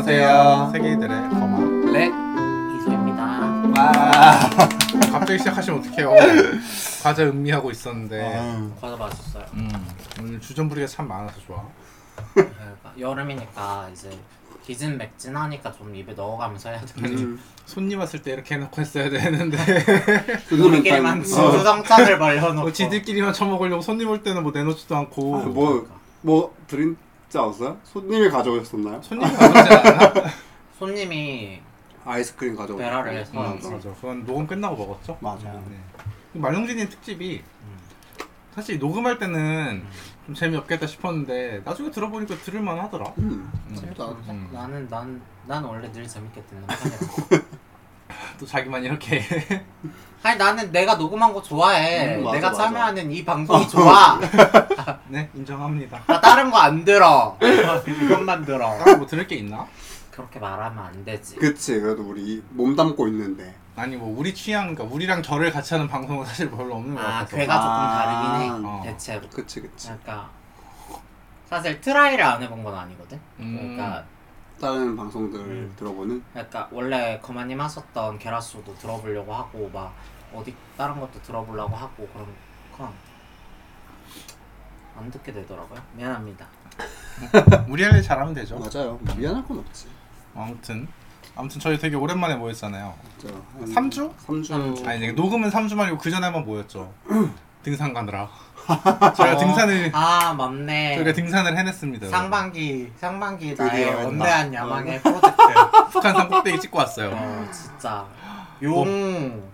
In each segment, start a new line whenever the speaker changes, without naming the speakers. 안녕하세요.
세계이들의 거마.
네.
이소입니다.
와.
갑자기 시작하시면 어떡해요. 과제 음미하고
아.
있었는데.
과자 맛있어요.
음, 오늘 주전부리가 참 많아서 좋아.
그러니까 여름이니까 이제 기진 맥진하니까 좀 입에 넣어가면서 해야 되는데
음.
음.
손님 왔을 때 이렇게 해놓고 했어야 되는데.
그거는 어.
우리끼리만 주정장을 벌려놓고
뭐 지들끼리만 처먹으려고 손님 올 때는 뭐 내놓지도 않고.
아, 뭐뭐 드린 자 없어요? 손님이 가져오셨었나요?
손님이 가져오지
음,
않아?
손님이
아이스크림 가져오셨
배라를 해서 이제
음, 맞아. 그건 녹음 끝나고 먹었죠.
맞아요.
네. 그 말룽지님 특집이
음.
사실 녹음할 때는 좀 재미없겠다 싶었는데 나중에 들어보니까 들을만 하더라.
음.
재밌다.
음.
나는 난, 난 원래 늘 재밌게 듣는 편이야.
또 자기만 이렇게
아니 나는 내가 녹음한 거 좋아해.
음, 맞아,
내가
맞아. 어.
참여하는 이 방송이 좋아.
네 인정합니다.
나 다른 거 안 들어. 이것만 들어.
따로 뭐 들을 게 있나?
그렇게 말하면 안 되지.
그치 그래도 우리 몸 담고 있는데
아니 뭐 우리 취향, 그러니까 우리랑 결을 같이 하는 방송은 사실 별로 없는 것
아
같아서.
괴가
아,
조금 다르긴
어.
해. 대체로.
그치 그치
그러니까 사실 트라이를 안 해본 건 아니거든.
음.
그러니까
다른 방송들
음.
들어보는
그러니까 원래 거마님 하셨던 게라스도 들어보려고 하고 막 어디 다른 것도 들어보려고 하고 그런 건. 안 듣게 되더라고요. 미안합니다.
우리 할 일 잘하면 되죠.
뭐.
맞아요 미안할 건 없지
아무튼 아무튼 저희 되게 오랜만에 모였잖아요.
진짜 한
삼 주?
3주
아니 이제 녹음은 3주만이고 그 전에 한번 모였죠. 등산 가느라. 저희가 등산을
아 맞네.
저희가 등산을 네. 해냈습니다. 여러분.
상반기 상반기 나의
드디어 했나?
원대한 야망의 프로젝트.
북한산 꼭대기 찍고 왔어요.
어 진짜 용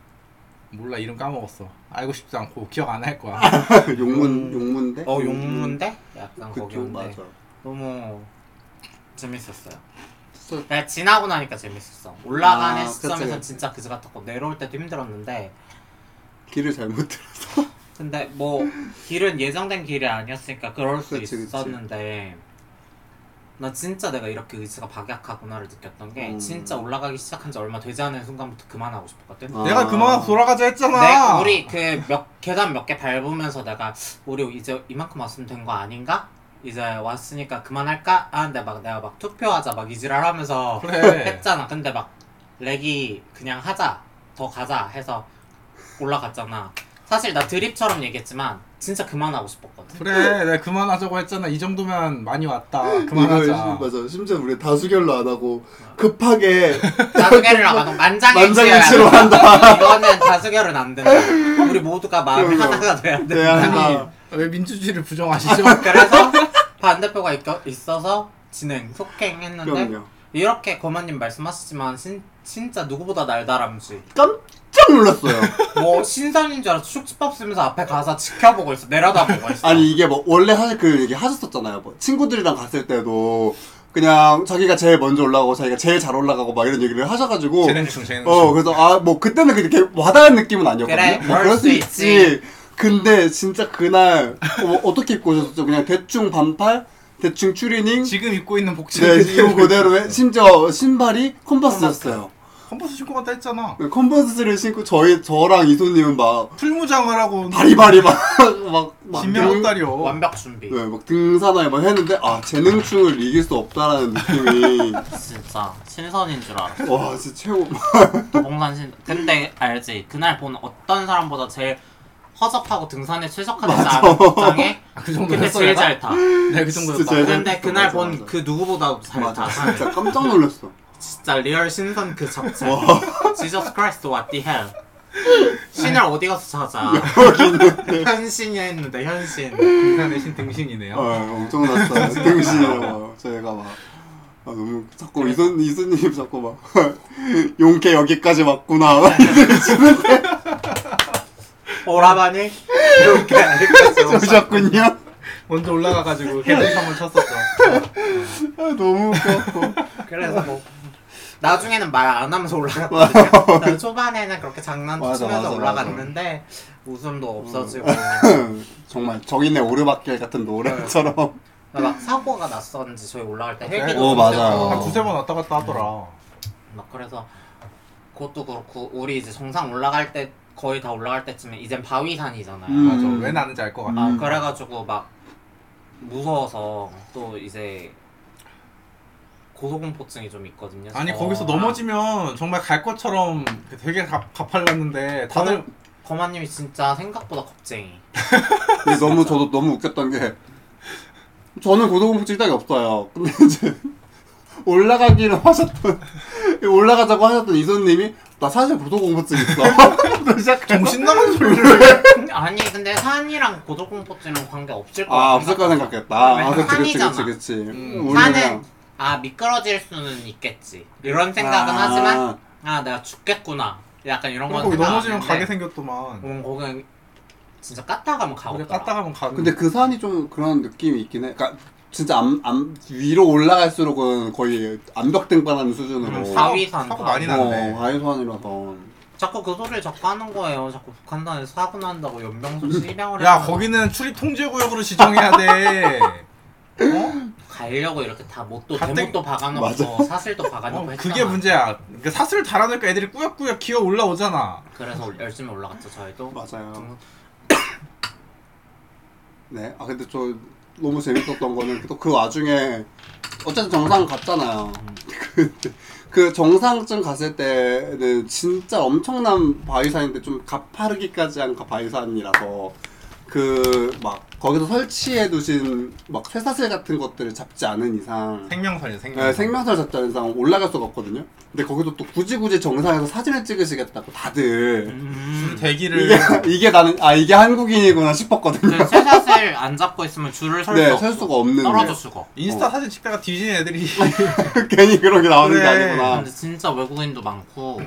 몰라 이름 까먹었어. 알고 싶지 않고 기억 안 할 거야.
음.
용문 용문대? 음.
어, 용문데? 약간
그쪽
거기였는데
맞아
너무 재밌었어요.
진짜
내가 지나고 나니까 재밌었어. 올라가는
아,
시점에서
그치, 그치.
진짜 그지 같았고 내려올 때도 힘들었는데
길을 잘못 들었어
근데 뭐 길은 예정된 길이 아니었으니까 그럴 수
그치, 그치.
있었는데 나 진짜 내가 이렇게 의지가 박약하구나를 느꼈던 게
음.
진짜 올라가기 시작한 지 얼마 되지 않은 순간부터 그만하고
아,
싶었거든.
내가 그만하고 돌아가자 했잖아.
내 어. 우리 그 몇 계단 몇 개 밟으면서 내가 우리 이제 이만큼 왔으면 된 거 아닌가? 이제 왔으니까 그만할까? 하는데 막 내가 막 투표하자 막 이지랄하면서
그래.
했잖아. 근데 막 렉이 그냥 하자 더 가자 해서 올라갔잖아. 사실 나 드립처럼 얘기했지만 진짜 그만하고 싶었거든.
그래. 내가 그만하자고 했잖아. 이 정도면 많이 왔다.
이걸
그만하자.
심- 맞아 심지어 우리 다수결로 안 하고 급하게
다수결을 안 하고 만장일치로
만장일치로
한다. 이거는 다수결은 안 된다. 우리 모두가 마음이
그럼요. 네,
하나가 돼야 된다.
돼야
아니 왜 민주주의를 부정하시죠?
아,
그래서 반대표가 있, 어서 진행 속행했는데
그럼요
이렇게 고마님 말씀하시지만 신, 진짜 누구보다 날다람쥐
깜짝 놀랐어요
뭐 신선인 줄 알아서 축지법 쓰면서 앞에 가서 지켜보고 있어 내려다보고 있어
아니 이게 뭐 원래 사실 그 얘기 하셨었잖아요. 뭐 친구들이랑 갔을 때도 그냥 자기가 제일 먼저 올라가고 자기가 제일 잘 올라가고 막 이런 얘기를 하셔가지고
재능충 재능충.
어 그래서 아 뭐 그때는 그렇게 와닿은 느낌은 아니었거든요.
그래,
뭐
그럴 수 있지.
근데 진짜 그날 어, 떻게 입고 오셨죠? 그냥 대충 반팔, 대충 추리닝,
지금 입고 있는 복지를
그 네 이거 그대로 에 심지어 신발이 컴버스였어요.
컨버스 신고 갔다 했잖아.
컴버스를 신고 저희 저랑 이소님은 막
풀무장을 하고
바리바리 막막
진면 옷다리요.
완벽 준비
네, 막 등산하에 막 했는데 아 재능충을 이길 수 없다라는 느낌이
진짜 신선인 줄 알았어
와 진짜 최고
도봉산 신 근데 알지 그날 본 어떤 사람보다 제일 허접하고 등산에 최적화된
맞아.
사람 입장에
아, 그
근데
정도였어.
제일 잘 타.
내가 그
진짜
정도였다.
제일 잘
근데 그날
네. 맞아,
본
맞아.
그 누구보다 잘
맞아
타.
진짜 깜짝 놀랐어
진짜 리얼 신선 그 자체. Jesus Christ, what the hell. 신을 어디 가서 찾아.
네.
현신이 했는데, 현신.
등산의 신 등신이네요.
어, 엄청났어 등신이라고 저희가 막 아, 너무 자꾸 이선 이수님 자꾸 막 용케 여기까지 왔구나
오라바니? 이렇게 알겠어.
그러셨군요 아,
먼저 올라가가지고 계속 한번 쳤었죠.
아, 너무 웃겨
그래서 뭐. 나중에는 말 안 하면서 올라갔거든요. 나 초반에는 그렇게 장난치면서
맞아, 맞아,
올라갔는데 웃음도 없어지고
정말 정인의 오르막길 같은 노래처럼
막 사고가 났었는지 저희 올라갈 때 헬기도
어,
좀
맞아요.
세고
한 두세 번 왔다 갔다 하더라.
막 그래서 그것도 그렇고 우리 이제 정상 올라갈 때 거의 다 올라갈 때쯤에 이젠 바위산이잖아요.
음.
맞아. 왜 나는지 알 것 같아.
아
음.
그래가지고 막 무서워서 또 이제 고소공포증이 좀 있거든요.
아니
어,
거기서 넘어지면 정말 갈 것처럼 되게 가, 가팔랐는데 다들
어.
아, 거마님이 진짜 생각보다 겁쟁이.
근데 너무 저도 너무 웃겼던 게 저는 고소공포증 딱히 없어요. 근데 이제 올라가기를 하셨던 올라가자고 하셨던 이소님이 나 사실 고소공포증 있어. 또 시작해서
정신 나간 소리를
아니 근데 산이랑 고소공포증은 관계 없을 거
아 없을까 생각했다. 아 그치 그치 그치
산이잖아.
그치.
음,
우리랑-
산은 아 미끄러질 수는 있겠지. 이런 생각은
아.
하지만 아 내가 죽겠구나. 약간 이런 건
거기
생각 안
넘어지면
했는데,
가게 생겼더만
음, 거기 진짜 깠다 가면
거기
가겠다.
깠다 가면 가는
근데 그 산이 좀 그런 느낌이 있긴 해. 그러니까 진짜 암, 암 위로 올라갈수록은 거의 암벽 등반하는 수준으로.
그럼
사-
사고,
사위산
사고
다.
많이 났네
어, 하위산이라서.
자꾸 그 소리를 자꾸 하는 거예요. 자꾸 북한단에서 사고 난다고
음.
연병소 실명을
야
해서
거기는 출입 통제 구역으로 지정해야 돼. 어?
가려고 이렇게 다 못도
가뜩-
대못도 박아놓고
맞아.
사슬도 박아놓고
어,
했잖아.
그게 문제야. 그러니까 사슬 달아놓으니까 애들이 꾸역꾸역 기어 올라오잖아.
그래서
음.
올- 열심히 올라갔죠 저희도.
맞아요.
음,
네. 아 근데 저 너무 재밌었던 거는 또 그 와중에 어쨌든 정상 갔잖아요. 근데 그 정상쯤 갔을 때는 진짜 엄청난 바위산인데 좀 가파르기까지 한그 바위산이라서 그 막 거기서 설치해 두신 막 쇠사슬 같은 것들을 잡지 않은 이상
생명선이야 생명.
네, 생명선을 잡자는 이상 올라갈 수가 없거든요. 근데 거기도 또 굳이 굳이 정상에서 사진을 찍으시겠다고 다들
줄
음.
대기를 어.
이게, 이게 나는 아 이게 한국인이구나 싶었거든요.
쇠사 네, 슬안 잡고 있으면 줄을 설 수
네,
없어.
설 수가 없는.
떨어져 죽어.
인스타 사진 찍다가 뒤지는 애들이
괜히 그런 게 나오는 게
그래.
아니구나.
근데 진짜 외국인도 많고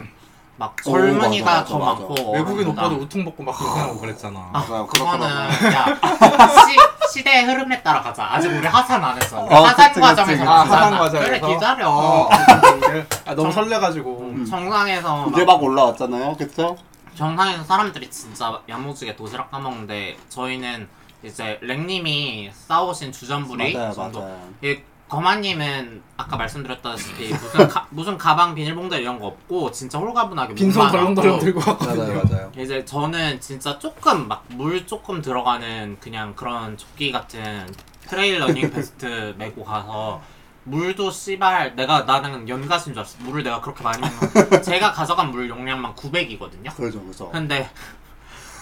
막
오,
젊은이가
맞아,
더
맞아, 맞아.
많고
외국인
어른이다.
오빠도 우통 벗고 막 고생하고 그랬잖아.
아,
맞아요.
그거는
그렇더라고요.
야 시, 시대의 흐름에 따라 가자. 아직 우리 하산 안 했어. 우리
어,
하산
그치,
과정에서
그치.
아,
가잖아.
하산 과정에서?
그래 기다려.
어. 아, 너무
정-
설레가지고
음, 정상에서 막
이제 막 올라왔잖아요, 그쵸?
정상에서 사람들이 진짜 야무지게 도시락 까먹는데 저희는 이제 랭님이 싸우신 주전부리
맞아요,
정도.
맞아요.
이 거마님은 아까 말씀드렸다시피 무슨 가, 무슨 가방 비닐봉대 이런 거 없고 진짜 홀가분하게
빈손
몸만
덜렁덜렁
안고
들고 왔거든요.
맞아요, 맞아요.
이제 저는 진짜 조금 막 물 조금 들어가는 그냥 그런 조끼 같은 트레일 러닝 베스트 메고 가서 물도 씨발 내가 나는 연가신 줄 알았어 물을 내가 그렇게 많이 먹는 제가 가져간 물 용량만 900이거든요
그죠, 그죠.
근데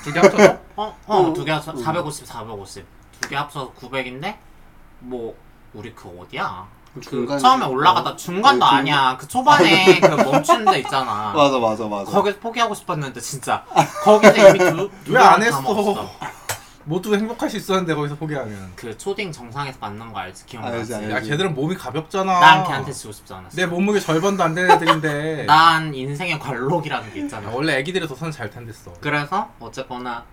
두 개 합쳐서 어? 어,
어.
두 개 합쳐서 450, 450. 두 개 합쳐서 900인데 뭐 우리 그 어디야? 그
중간에-
처음에 올라가다 중간도
네, 중간-
아니야. 어, 그 초반에 그 멈추는 데 있잖아.
어. 맞아, 맞아, 맞아.
거기서 포기하고 싶었는데 진짜 거기서 이미
왜안
두두안
했어? 모두 행복할 수 있었는데 거기서 포기하면.
그 초딩 정상에서 만난 거 알지? 기억나지?
알지, 알지.
야 걔들은 몸이 가볍잖아.
네, 난 걔한테 지고 싶지 않았어.
내 몸무게 절반도 안 되는 애들인데.
난 인생의 관록이라는 게 있잖아.
원래 애기들이 더 선 잘 탄댔어.
그래서 어쨌거나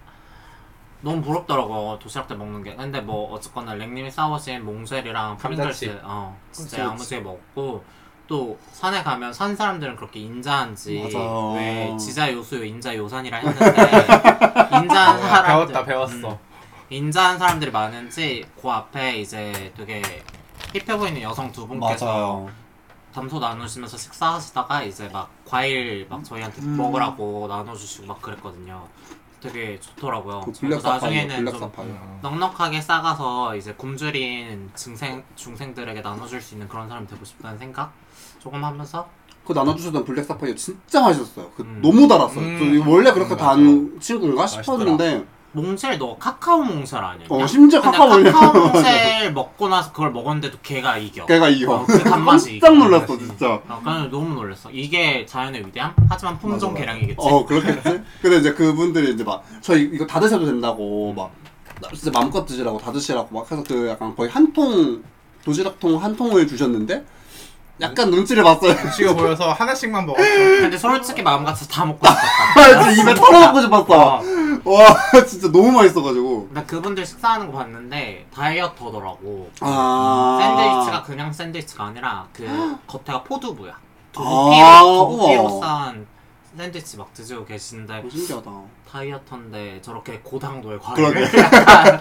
너무 부럽더라고 도시락 때 먹는 게 근데 뭐 어쨌거나 랭님이 싸우신 몽쉘이랑
감자칩.
프링글스 어 진짜
그치,
야무지게 먹고 또 산에 가면 산 사람들은 그렇게 인자한지
맞아요.
왜 지자 요수요 인자 요산이라 했는데 인자한
야,
사람들
어, 배웠다 배웠어.
아, 음, 인자한 사람들이 많은지 그 앞에 이제 되게 힙해 보이는 여성 두 분께서
맞아요. 그
담소 나누시면서 식사하시다가 이제 막 과일 막 저희한테
음.
먹으라고 나눠주시고 막 그랬거든요. 되게 좋더라고요.
그
그리고
블랙 사파이어,
나중에는
블랙
좀 음.
음.
사파이어.
넉넉하게 싸가서 이제 굶주린 증생 중생들에게 나눠줄 수 있는 그런 사람이 되고 싶다는 생각 조금 하면서
그 나눠주셨던 블랙 사파이어 진짜 맛있었어요. 그
음.
너무 달았어요.
음.
저 이거 원래 그렇게
음,
단 친구인가 싶었는데
몽쉘 너 카카오 몽쉘 아니야?
어, 심지어 카카오 몽쉘.
카카오 몽쉘 먹고 나서 그걸 먹었는데도 걔가 이겨.
걔가 이겨.
어, 그 단맛이
깜짝
이겨.
놀랐어,
단맛이.
진짜.
아, 그냥 너무 놀랐어. 이게 자연의 위대함? 하지만 품종
맞아, 맞아.
개량이겠지.
어 그렇겠지. 근데 이제 그분들이 이제 막 저 이거 다 드셔도 된다고 막 진짜 마음껏 드시라고 다 드시라고 막 해서 그 약간 거의 한 통 도시락통 한 통을 주셨는데 약간 눈치를 봤어요.
눈치가 보여서 하나씩만 먹었어.
근데 솔직히 마음 같아서 다 먹고 싶었다.
진짜 입에 털어놓고 싶었어.
어.
와 진짜 너무 맛있어가지고.
나 그분들 식사하는 거 봤는데 다이어터더라고.
아
샌드위치가 그냥 샌드위치가 아니라 그 겉에가 포두부야.
아,
도끼로 도끼로
우와.
싼 샌드위치 막 드시고 계신데
어, 신기하다.
다이어터인데 저렇게 고당도의
그러게.
과일.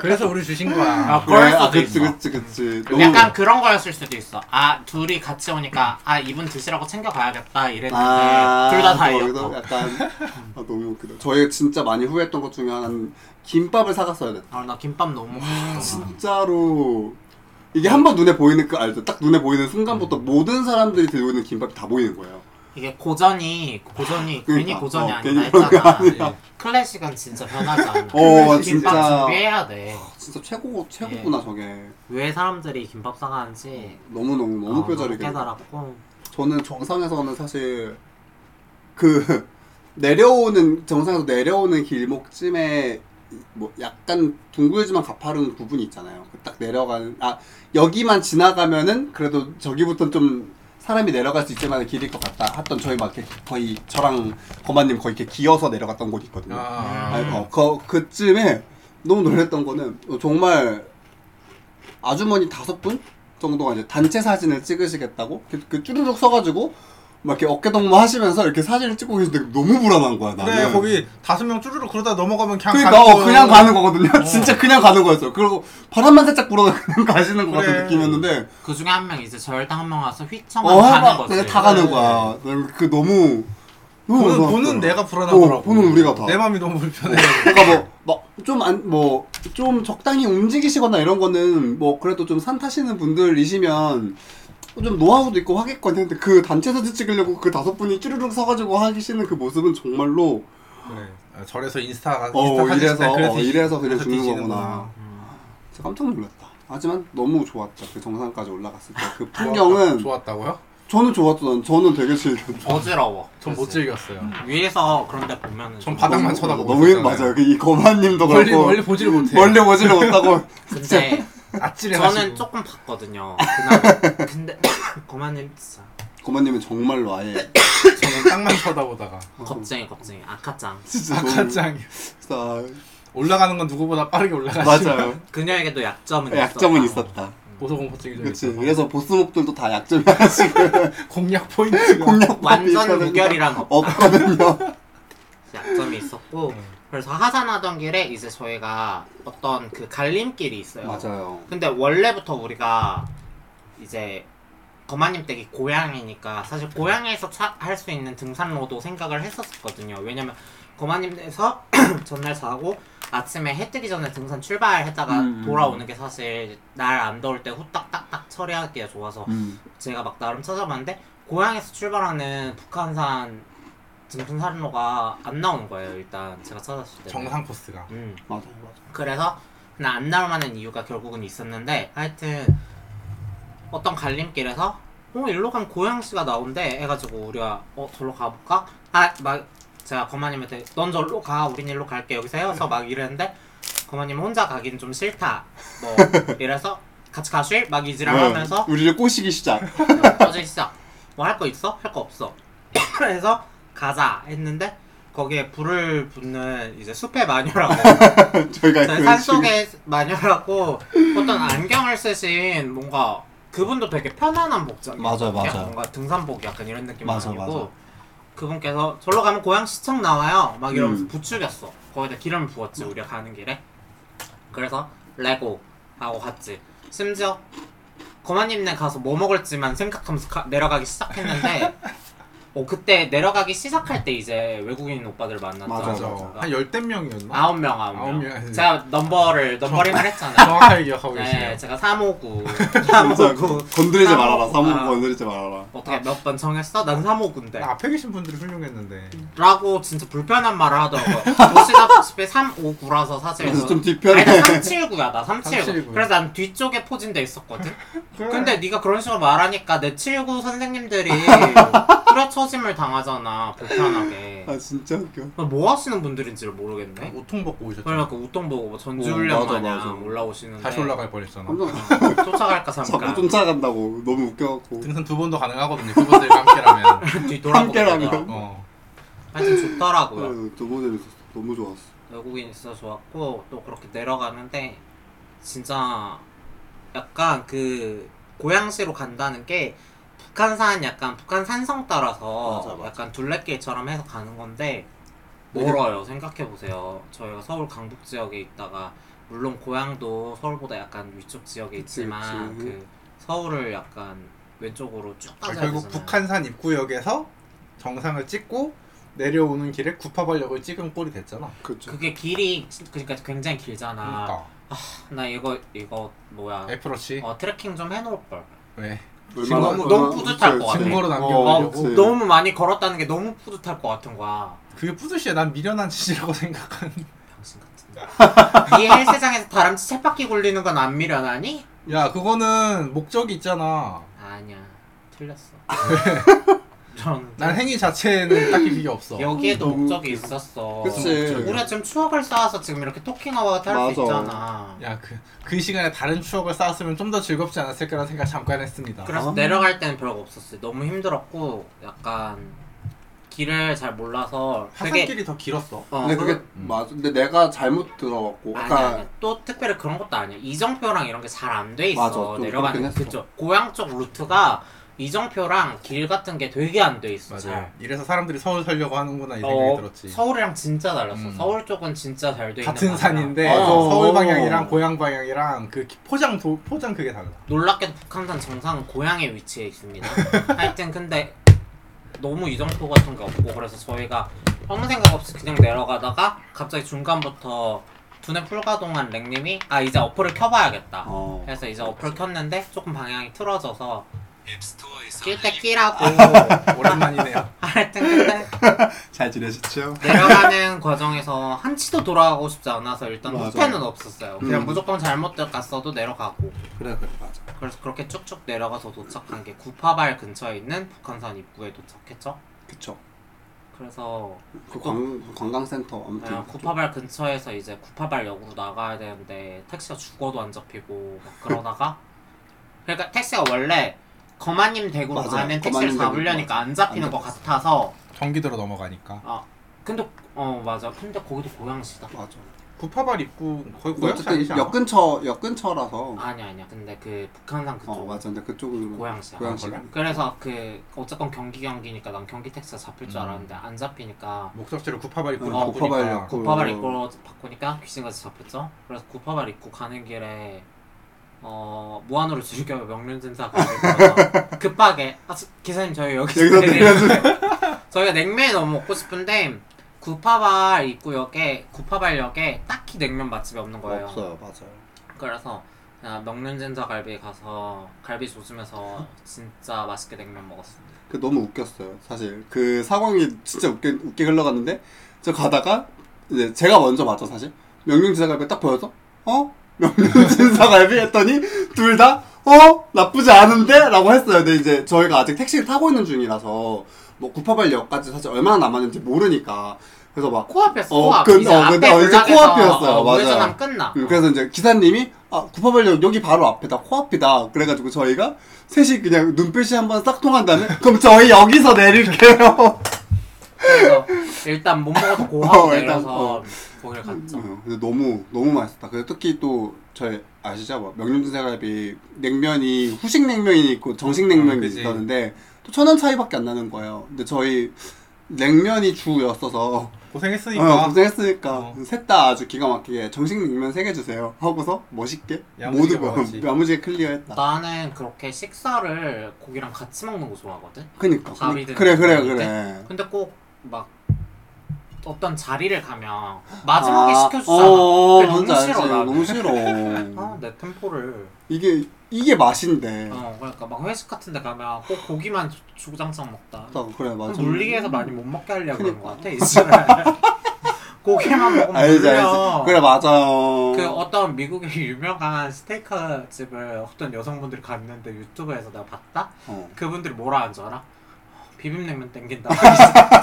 그래서 우리 주신 거야.
아, 그럴
아
수도
그치
있어.
그치 그치.
약간 그런 거였을 수도 있어. 아 둘이 같이 오니까 아 이분 드시라고 챙겨가야겠다 이랬는데
아,
둘 다
거기서
다이어터.
약간 아 너무 웃기다. 저희 진짜 많이 후회했던 것
아,
중에 하나는 김밥을 사갔어야 돼.
아나 김밥 너무 먹고 싶어.
진짜로 이게 한 번 눈에 보이는 그 알죠? 딱 눈에 보이는 순간부터 모든 사람들이 들고 있는 김밥이 다 보이는 거예요.
이게 고전이 고전이 괜히
그러니까,
고전이
어,
아니다
괜히 그런 게
했잖아.
아니라.
예. 클래식은 진짜 변하지 않아.
어,
김밥
진짜.
준비해야 돼.
진짜 최고 최고구나 저게.
왜 사람들이 김밥 사가는지
너무 너무 너무
어,
뼈저리게.
깨달았고
저는 정상에서는 사실 그 내려오는 정상에서 내려오는 길목쯤에 뭐 약간 둥글지만 가파른 부분이 있잖아요. 그딱 내려가는 아 여기만 지나가면은 그래도 저기부터 좀 사람이 내려갈 수 있을 만한 길일 것 같다 했던 저희 막 이렇게 거의 저랑 거마님 거의 이렇게 기어서 내려갔던
그,
곳이 있거든요.
음.
아,
아니, 어, 그, 그쯤에 너무 놀랬던 거는 정말 아주머니 다섯 분 정도가 이제 단체 사진을 찍으시겠다고 그, 그 쭈르륵 서가지고 막 이렇게 어깨동무 하시면서 이렇게 사진을 찍고 계시는데 너무 불안한 거야 나는.
그래 네, 거기 다섯 명 쭈르륵 그러다 넘어가면 그냥
그러니까
가는
어,
거예요.
그냥 가는 거거든요.
어.
진짜 그냥 가는 거였어요. 그리고 바람만 살짝 불어도 그냥 가시는 것 같은
그래.
느낌이었는데
그 중에 한 명 이제 절대 한 명 와서 휘청하고
어,
가는
막
거지.
그냥 다 가는 거야. 나는 그 너무 너무
네. 보는,
무서웠어요.
보는 내가 불안하더라고.
어, 보는 우리가 다.
내 마음이 너무 불편해.
그러니까 뭐막좀안뭐좀 적당히 움직이시거나 이런 거는 뭐 그래도 좀 산 타시는 분들이시면 좀 노하우도 있고 하겠거든요. 근데 그 단체 사진 찍으려고 그 다섯 분이 쭈르륵 서가지고 하시는 그 모습은 정말로
그래. 아, 절에서 인스타
어,
인스타 사진
이래서,
찍다 그래서
어, 이래서 그냥
그래서
죽는
뒤지는구나. 음.
거구나. 진짜 깜짝 놀랐다. 하지만 너무 좋았죠. 그 정상까지 올라갔을 때 그 풍경은
좋았다고요?
저는 좋았던 저는 되게 즐겼어요.
어지러워.
전 못
음.
즐겼어요. 위에서
위에서 그런데 보면은
전
좀
바닥만
너무-
쳐다보고
너무 힘-
있었잖아요.
맞아요. 그이 거만님도
멀리
그렇고
멀리 보지를 못해.
멀리 보지를 못하고
근데
아찔해
저는 조금 봤거든요. 그날. 근데 고만님 진짜
거만님은 정말로 아예
저는 땅만 쳐다보다가
어.
겁쟁이 겁쟁이 아카짱.
진짜 너무
아카짱이
진짜
올라가는 건 누구보다 빠르게 올라가지만
맞아요.
그녀에게도 약점은 있었다.
네, 약점은 있었다.
보소공포증이
그러니까
좀
그렇지.
있어서
그래서 보스몹들도 다 약점이 하나씩
공략 포인트가
그러니까
공략법이
완전
있거든요.
무결이란 없다.
없거든요.
약점이 있었고
네.
그래서 하산하던 길에 이제 저희가 어떤 그 갈림길이 있어요.
맞아요.
근데 원래부터 우리가 이제 거마님 댁이 고향이니까 사실 고향에서 할 수 있는 등산로도 생각을 했었거든요. 왜냐면 거마님 댁에서 전날 자고 아침에 해 뜨기 전에 등산 출발했다가
음, 음.
돌아오는 게 사실 날 안 더울 때 후딱딱딱 처리하기가 좋아서
음.
제가 막 나름 찾아봤는데 고향에서 출발하는 북한산 등산로가 안 나오는 거예요. 일단 제가 찾았을 때.
정상 코스가
음.
맞아요. 맞아요.
그래서 그냥 안 나올 만한 이유가 결국은 있었는데 하여튼 어떤 갈림길에서 어 일로 가면 고양시가 나온대 해가지고 우리가 어 저로 가볼까? 아 막 제가 거마님한테 넌 저로 가 우린 일로 갈게 여기서 헤어서 막 이랬는데 거마님 혼자 가긴 좀 싫다 뭐 이래서 같이 가실? 막 이지랄하면서
네. 우리를 꼬시기 시작.
어제 시작. 뭐 할 거 있어? 할 거 없어. 그래서 가자 했는데 거기에 불을 붙는 이제 숲의 마녀라고
저희가 그
저희 네, 산속의 마녀라고 어떤 안경을 쓰신 뭔가 그분도 되게 편안한 복장
맞아, 맞아.
뭔가 등산복 약간 이런 느낌
맞아,
아니고
맞아.
그분께서 절로 가면 고양시청 나와요 막 이러면서
음.
부추겼어 거기다 기름을 부었지 우리가 가는 길에 그래서 레고 하고 갔지 심지어 거마님네 가서 뭐 먹을지만 생각하면서 가- 내려가기 시작했는데 어 그때 내려가기 시작할 때 이제 외국인 오빠들 만났잖아
맞아,
맞아
맞아.
한 열댓 명이었나?
아홉 명 아홉
아홉
명.
명.
제가 넘버를 넘버링을 했잖아요.
정확하게 기억하고
네,
계시네요
제가 359.
진짜
359.
건드리지
아,
말아라. 사무
아.
건드리지 말아라.
어떻게 몇 번 정했어? 난
아.
359인데.
앞에 계신 분들이 훌륭했는데
네. 라고 진짜 불편한 말을 하더라고요. 보시다시피 359라서 사실.
그래서 좀
아니,
뒤편에
나 379야, 나 379.
379.
그래서 난 뒤쪽에 포진돼 있었거든? 근데 네가 그런 식으로 말하니까 내 79 선생님들이 후려처짐을 당하잖아, 불편하게.
아 진짜 웃겨.
뭐 하시는 분들인지를 모르겠네.
오통 벗고 오셨죠
그러니까 우통 보고 뭐
어,
전지훈련
맞아, 맞아.
마냥 올라오시는데
다시 올라갈 뻔했잖아
깜짝 놀랐어.
그 쫓아갈까
자꾸
잠깐
쫓아간다고 너무 웃겨갖고
등산 두 번도 가능하거든요 그분들과 함께라면
뒤돌아보고
함께라면.
되더라고.
어
하여튼 좋더라고요
어, 너무 재밌었어. 너무 좋았어.
외국인 진짜 좋았고 또 그렇게 내려가는데 진짜 약간 그 고양시로 간다는 게 북한산 약간 북한 산성 따라서
맞아, 맞아.
약간 둘레길처럼 해서 가는 건데 멀어요 생각해보세요 저희가 서울 강북 지역에 있다가 물론 고향도 서울보다 약간 위쪽 지역에
그치,
있지만 그
그치.
서울을 약간 왼쪽으로 쭉
아,
따져야
결국
되잖아요
북한산 입구역에서 정상을 찍고 내려오는 길에 구파발역을 찍은 꼴이 됐잖아.
그렇죠.
그게 길이 진- 그러니까 굉장히 길잖아.
그러니까
나 이거 이거 뭐야?
애플워치
어 트래킹 좀 해놓을 걸.
왜
얼마나-
그 너무-
얼마나
너무 뿌듯할 것 같아.
증거로
어,
어,
그치.
남겨보려고
너무 많이 걸었다는 게 너무 뿌듯할 것 같은 거야.
그게 뿌듯이야. 난 미련한 짓이라고 생각한.
당신 같은. 이 헬스장에서 다람쥐 세 바퀴 굴리는 건 안 미련하니?
야 그거는 목적이 있잖아.
아니야 틀렸어. 전
난 행위 자체에는 딱히 그게 없어.
여기에도
너무
목적이
웃겨.
있었어.
그치.
우리가 지금 추억을 쌓아서 지금 이렇게 토킹 아워드 할수
맞아.
있잖아.
야 그 그 시간에 다른 추억을 쌓았으면 좀 더 즐겁지 않았을까라는 생각 잠깐 했습니다.
그래서
아.
내려갈 때는 별거 없었어요. 너무 힘들었고 약간 길을 잘 몰라서 되게
화산길이 더 길었어.
어,
근데 그게
그-
맞아. 근데 내가 잘못 들어갔고
아니야,
아까
아니야. 또 특별히 그런 것도 아니야. 이정표랑 이런 게 잘 안 돼 있어.
맞아, 좀 그렇긴
내려가는
했어.
그쪽 고향 쪽 루트가 이정표랑 길 같은 게 되게 안 돼 있어.
맞아.
잘.
이래서 사람들이 서울 살려고 하는구나 이 생각이
어,
들었지.
서울이랑 네, 진짜 달랐어.
음.
서울 쪽은 진짜 잘 돼 있는
같은
방향이라.
산인데
어.
서울 방향이랑 고향 방향이랑 그 기- 포장 도, 포장 그게 달라.
놀랍게도 북한산 정상은 고향에 위치해 있습니다. 하여튼 근데 너무 이정표 같은 게 없고 그래서 저희가 아무 생각 없이 그냥 내려가다가 갑자기 중간부터 두뇌 풀가동한 랭님이 아 이제 어플을 켜봐야겠다.
어.
그래서 이제 어플 켰는데 조금 방향이 틀어져서
앱스토어에서 아.
낄 때 끼라고
오랜만이네요.
하여튼 근데
잘 지내셨죠?
내려가는 과정에서 한치도 돌아가고 싶지 않아서 일단
맞아.
후퇴는 없었어요. 그냥
음.
무조건 잘못 갔어도 내려가고
그래 그래 맞아.
그래서 그렇게 쭉쭉 내려가서 도착한 게 구파발 근처에 있는 북한산 입구에 도착했죠.
그쵸.
그래서
그 관, 관광센터 아무튼
그냥 구파발 근처에서 이제 구파발 역으로 나가야 되는데 택시가 죽어도 안 잡히고 막 그러다가 그러니까 택시가 원래 거마님 댁으로
맞아.
가면 택시를
거마님 댁으로
잡으려니까 안 잡히는
안
것
잡혔어.
같아서
경기도로 넘어가니까.
아 근데 어 맞아 근데 거기도 고양시다
맞아. 그
구파발 입구 거의 고향시
어쨌든
아니지 않아?
역 근처 역 근처라서
아니야 아니야 근데 그 북한산 그쪽
어 맞아. 근데 그쪽은
고양시야.
고양시.
아,
그래서 그 어쨌건 경기 경기니까 난 경기 택시가 잡힐 줄
음.
알았는데 안 잡히니까
목적지를 구파발 입구로
어,
바꾸니까
구파발 입구.
구파발
어.
입구로 바꾸니까 귀신같이 잡혔죠. 그래서 구파발 입구 가는 길에 어 무한으로 즐겨 명륜진사 가서 급하게 아 저- 기사님 저희 여기서
여기서
내리는데 저희가 냉면 너무 먹고 싶은데 구파발 입구역에 구파발역에 딱히 냉면 맛집이 없는 거예요.
없어요. 맞아요.
그래서 그냥 명륜진사 갈비 가서 갈비 조심해서 진짜 맛있게 냉면 먹었습니다.
그 너무 웃겼어요. 사실 그 상황이 진짜 웃게 웃게 흘러갔는데 저 가다가 이제 제가 먼저 맞죠 사실 명륜진사갈비 딱 보여서 어 명륜진사갈비 했더니 둘 다 어? 나쁘지 않은데? 라고 했어요. 근데 이제 저희가 아직 택시를 타고 있는 중이라서 뭐 구파발역까지 사실 얼마나 남았는지 모르니까 그래서 막
코앞이었어.
어,
코앞.
그-
이제
어,
앞에
근데 어, 이제
골라서,
코앞이었어요.
어,
맞아요.
우회전하면 끝나.
음, 그래서 이제 기사님이 아 구파발역 여기 바로 앞이다 코앞이다 그래가지고 저희가 셋이 그냥 눈빛이 한번 싹 통한 다음에 그럼 저희 여기서 내릴게요
그래서 일단 못 먹어도 고하고
어, 일단,
내려서
어.
거기를 갔죠.
음, 근데 너무 너무 맛있다 그래서 특히 또 저희 아시죠 뭐 명륜진사갈비 냉면이 후식 냉면이 있고 정식
음,
아,
냉면이
그지.
있었는데 또 천 원 차이밖에 안 나는 거예요 근데 저희 냉면이 주였어서
그러니까.
고생했으니까.
어, 고생했으니까
어.
셋 다 아주 기가 막히게 정식 냉면 세 개 주세요 하고서 멋있게
야무지게
모두 거-
먹었지.
야무지게 클리어했다
나는 그렇게 식사를 고기랑 같이 먹는 거 좋아하거든.
그니까
밥이
그러니까. 그니-
되는
그래 그래
거니까.
그래
근데 꼭 막 어떤 자리를 가면 마지막에 시켜주잖아.
어,
그게 너무
뭔지 알지.
싫어 나.
너무 싫어
아, 내 템포를.
이게 이게 맛인데
어, 그러니까 막 회식 같은 데 가면 꼭 고기만 주- 주구장창 먹다.
딱 그래 어, 맞아
물리기에서 많이 못 먹게 하려고 그런
그니까.
것 같아, 이스라엘. 고기만 먹으면
알지
물려.
알지 그래 맞아요
그 어떤 미국의 유명한 스테이크 집을 어떤 여성분들이 갔는데 유튜브에서 내가 봤다?
어.
그분들이 뭐라 하는 줄 알아? 비빔냉면 땡긴다.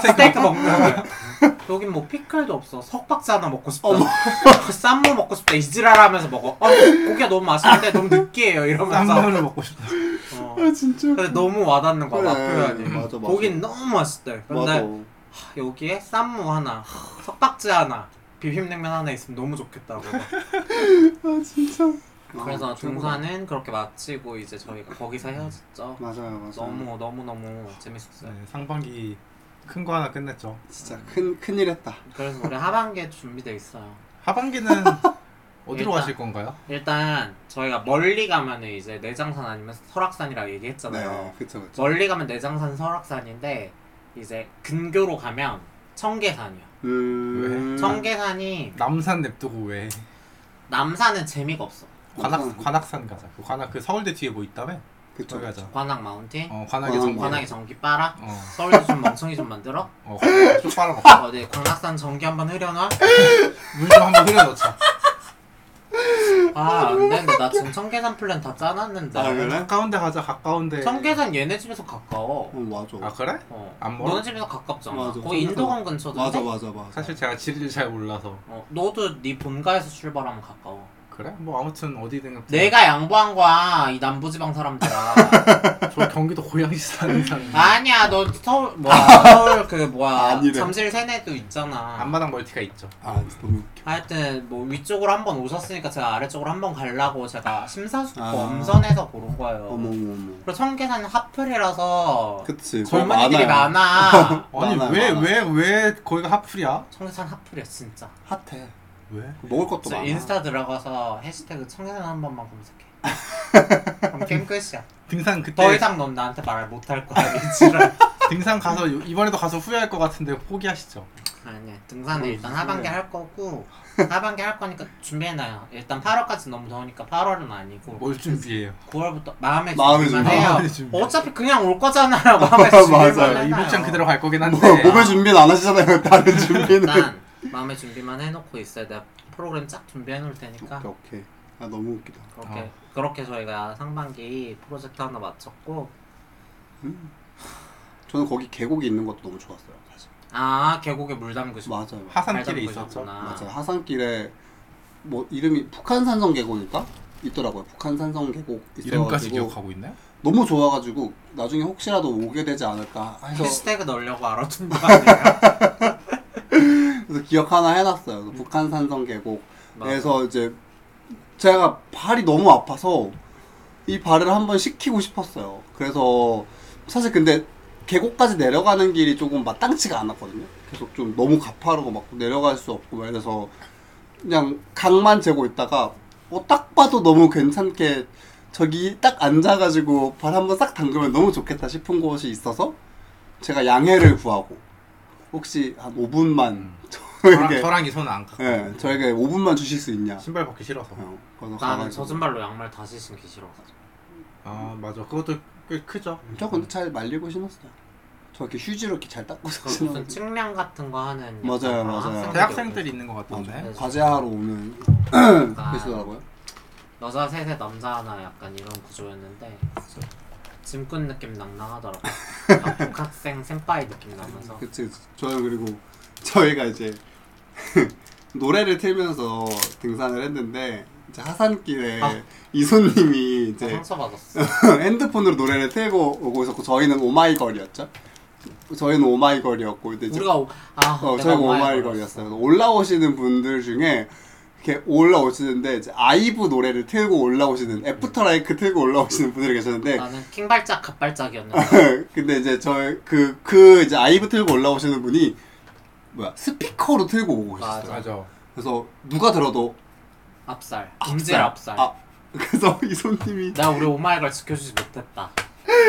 스테이크 먹는 거 여긴 뭐 피클도 없어. 석박자 하나 먹고 싶다. 쌈무 먹고 싶다. 이지랄 하면서 먹어. 어, 고기가 너무 맛있는데 너무 느끼해요. 이러면서.
쌈면을 먹고 싶다.
어.
아 진짜
근데 너무 와닿는 거야, 맛
그래.
표현이.
맞아, 맞아.
고긴 너무 맛있대. 근데
맞아
하, 여기에 쌈무 하나, 하, 석박지 하나, 비빔냉면 하나 있으면 너무 좋겠다고.
아 진짜
그래서
아,
등산은 그렇게 마치고 이제 저희가 거기서 헤어졌죠.
맞아요 맞아요
너무 너무 너무 재밌었어요.
네, 상반기 큰 거 하나 끝냈죠.
진짜 큰 큰일 했다
그래서 우리 하반기에 준비돼 있어요.
하반기는
일단-
어디로 가실 건가요?
일단 저희가 멀리 가면은 이제 내장산 아니면 설악산이라고 얘기했잖아요.
네 그쵸 그쵸
멀리 가면 내장산 설악산인데 이제 근교로 가면 청계산이요.
음.
청계산이
남산 냅두고 왜
남산은 재미가 없어.
관악
남산.
관악산 가자. 그 관악 그 서울대 뒤에 뭐 있다며?
그쵸.
거기 가자.
관악 마운틴,
어 관악에
관악,
정
관악에 전기 빨아.
어.
서울도 좀 멍청이 좀 만들어.
어, 관악에 쭉 빨아먹자.
어, 네, 관악산 전기 한번 흐려놔.
물좀 한번 흐려놓자.
아, 안 되는데 나 지금 청계산 플랜 다 짜놨는데.
아, 그래?
가까운데 가자. 가까운데.
청계산 얘네 집에서 가까워.
어, 맞아.
아 그래?
어.
안 멀어?
너네 집에서 가깝잖아.
맞아,
거기
청계산.
인도강 근처던데.
맞아, 맞아, 맞아.
사실 제가 지리를 잘 몰라서.
어, 너도 네 본가에서 출발하면 가까워.
그래? 뭐 아무튼 어디든.
네.
내가 양보한 거야 이 남부지방 사람들아.
저 경기도 고양시 사는 사람.
아니야 너 서울 뭐야 서울 그 뭐야
아니래.
잠실 세내도 있잖아.
앞마당 멀티가 있죠.
아, 너무 웃겨.
하여튼 뭐 위쪽으로 한번 오셨으니까 제가 아래쪽으로 한번 가려고 제가 심사숙고
아.
엄선해서 고른 거예요.
어머, 어머, 어머.
그리고 청계산 하플이라서
그치.
젊은이들이 많아.
아니
많아요,
왜 왜 왜
많아요.
거기가 핫플이야?
청계산 하플이야 진짜.
핫해.
왜?
먹을 것도
진짜
많아.
인스타 들어가서 해시태그 청계산 한 번만 검색해. 그럼 게임 끝이야.
등산 그때
더 이상 넌 나한테 말 못할 거야 미치라.
등산 가서 요- 이번에도 가서 후회할 것 같은데 포기하시죠.
아니야 등산은
어,
일단 하반기 할 거고 하반기 할 거니까 준비해놔요. 일단 8월까지 너무 더우니까 8월은 아니고
뭘 준비해요?
9월부터 뭐? 마음의
마음의
준비만
준비.
해요.
마음의 준비.
어차피 그냥 올 거잖아요. 마음의 준비만
맞아요.
해놔요.
이 복장 그대로 갈 거긴 한데.
뭐,
네.
몸에 준비는 안 하시잖아요. 다른 준비는.
일단 마음의 준비만 해놓고 있어요. 내가 프로그램 쫙 준비해 놓을 테니까
오케이, 오케이. 아, 너무 웃기다.
그렇게
어.
그렇게 저희가 상반기 프로젝트 하나 마쳤고
저는 거기 계곡이 있는 것도 너무 좋았어요. 사실.
아 계곡에 물 담그시
맞아요.
하산길에 있었죠.
맞아요. 하산길에 뭐 이름이 북한산성 계곡일까? 있더라고요. 북한산성 계곡
이름까지
있어가지고
기억하고 있나요?
너무 좋아가지고 나중에 혹시라도 오게 되지 않을까 해서
해시태그 넣으려고 알아둔 거 아니에요?
그래서 기억 하나 해놨어요. 그래서 북한산성 계곡.
맞아.
음.
그래서 이제 제가 발이 너무 아파서 이 발을 한번 식히고 싶었어요. 그래서 사실 근데 계곡까지 내려가는 길이 조금 마땅치가 않았거든요. 계속 좀 너무 가파르고 막 내려갈 수 없고 막 이래서 그냥 강만 재고 있다가 어, 딱 봐도 너무 괜찮게 저기 딱 앉아가지고 발 한번 싹 담그면 너무 좋겠다 싶은 곳이 있어서 제가 양해를 구하고 혹시 한 5분만
음. 저랑,
저에게
저랑 이 손은 안 가.
예, 저에게 5분만 주실 수 있냐?
신발 벗기 싫어서.
어, 그래서
음. 나는
가가지고.
젖은 발로 양말 다시 신기 싫어가지고
아 맞아. 그것도 꽤 크죠.
저 근데 잘 말리고 신었어요. 저 이렇게 휴지로 이렇게 잘 닦고
그 무슨
신었어요.
측량 같은 거 하는
맞아요,
약간
맞아요.
학생들이
대학생들이
오고
있는 것 같던데.
맞아요.
네.
과제하러 오는
아.
계시더라고요.
여자 셋에 남자 하나 약간 이런 구조였는데 짐꾼 느낌 낭낭하더라고 약간 복학생 센빠이 느낌 나면서
그치, 그치. 저는 그리고 저희가 이제 노래를 틀면서 등산을 했는데 이제 하산길에
아.
이손님이 이제
상처받았어
핸드폰으로 노래를 틀고 오고 있었고 저희는 오마이걸이었죠. 저희는 오마이걸이었고 근데 이제
우리가 오- 아
어,
내가
저희가
오마이걸
오마이걸이었어요. 올라오시는 분들 중에 이렇게 올라오시는데 이제 아이브 노래를 틀고 올라오시는 애프터라이크 틀고 올라오시는 분들이 계셨는데
나는 킹발짝 갑발짝이었는데
근데 이제 저그그 이제 아이브 틀고 올라오시는 분이 뭐야 스피커로 틀고 오고
맞아.
계셨어요.
맞아.
그래서 누가 들어도
앞살 음질 앞살
아 그래서 이 손님이
내가 우리 오마이걸 지켜주지 못했다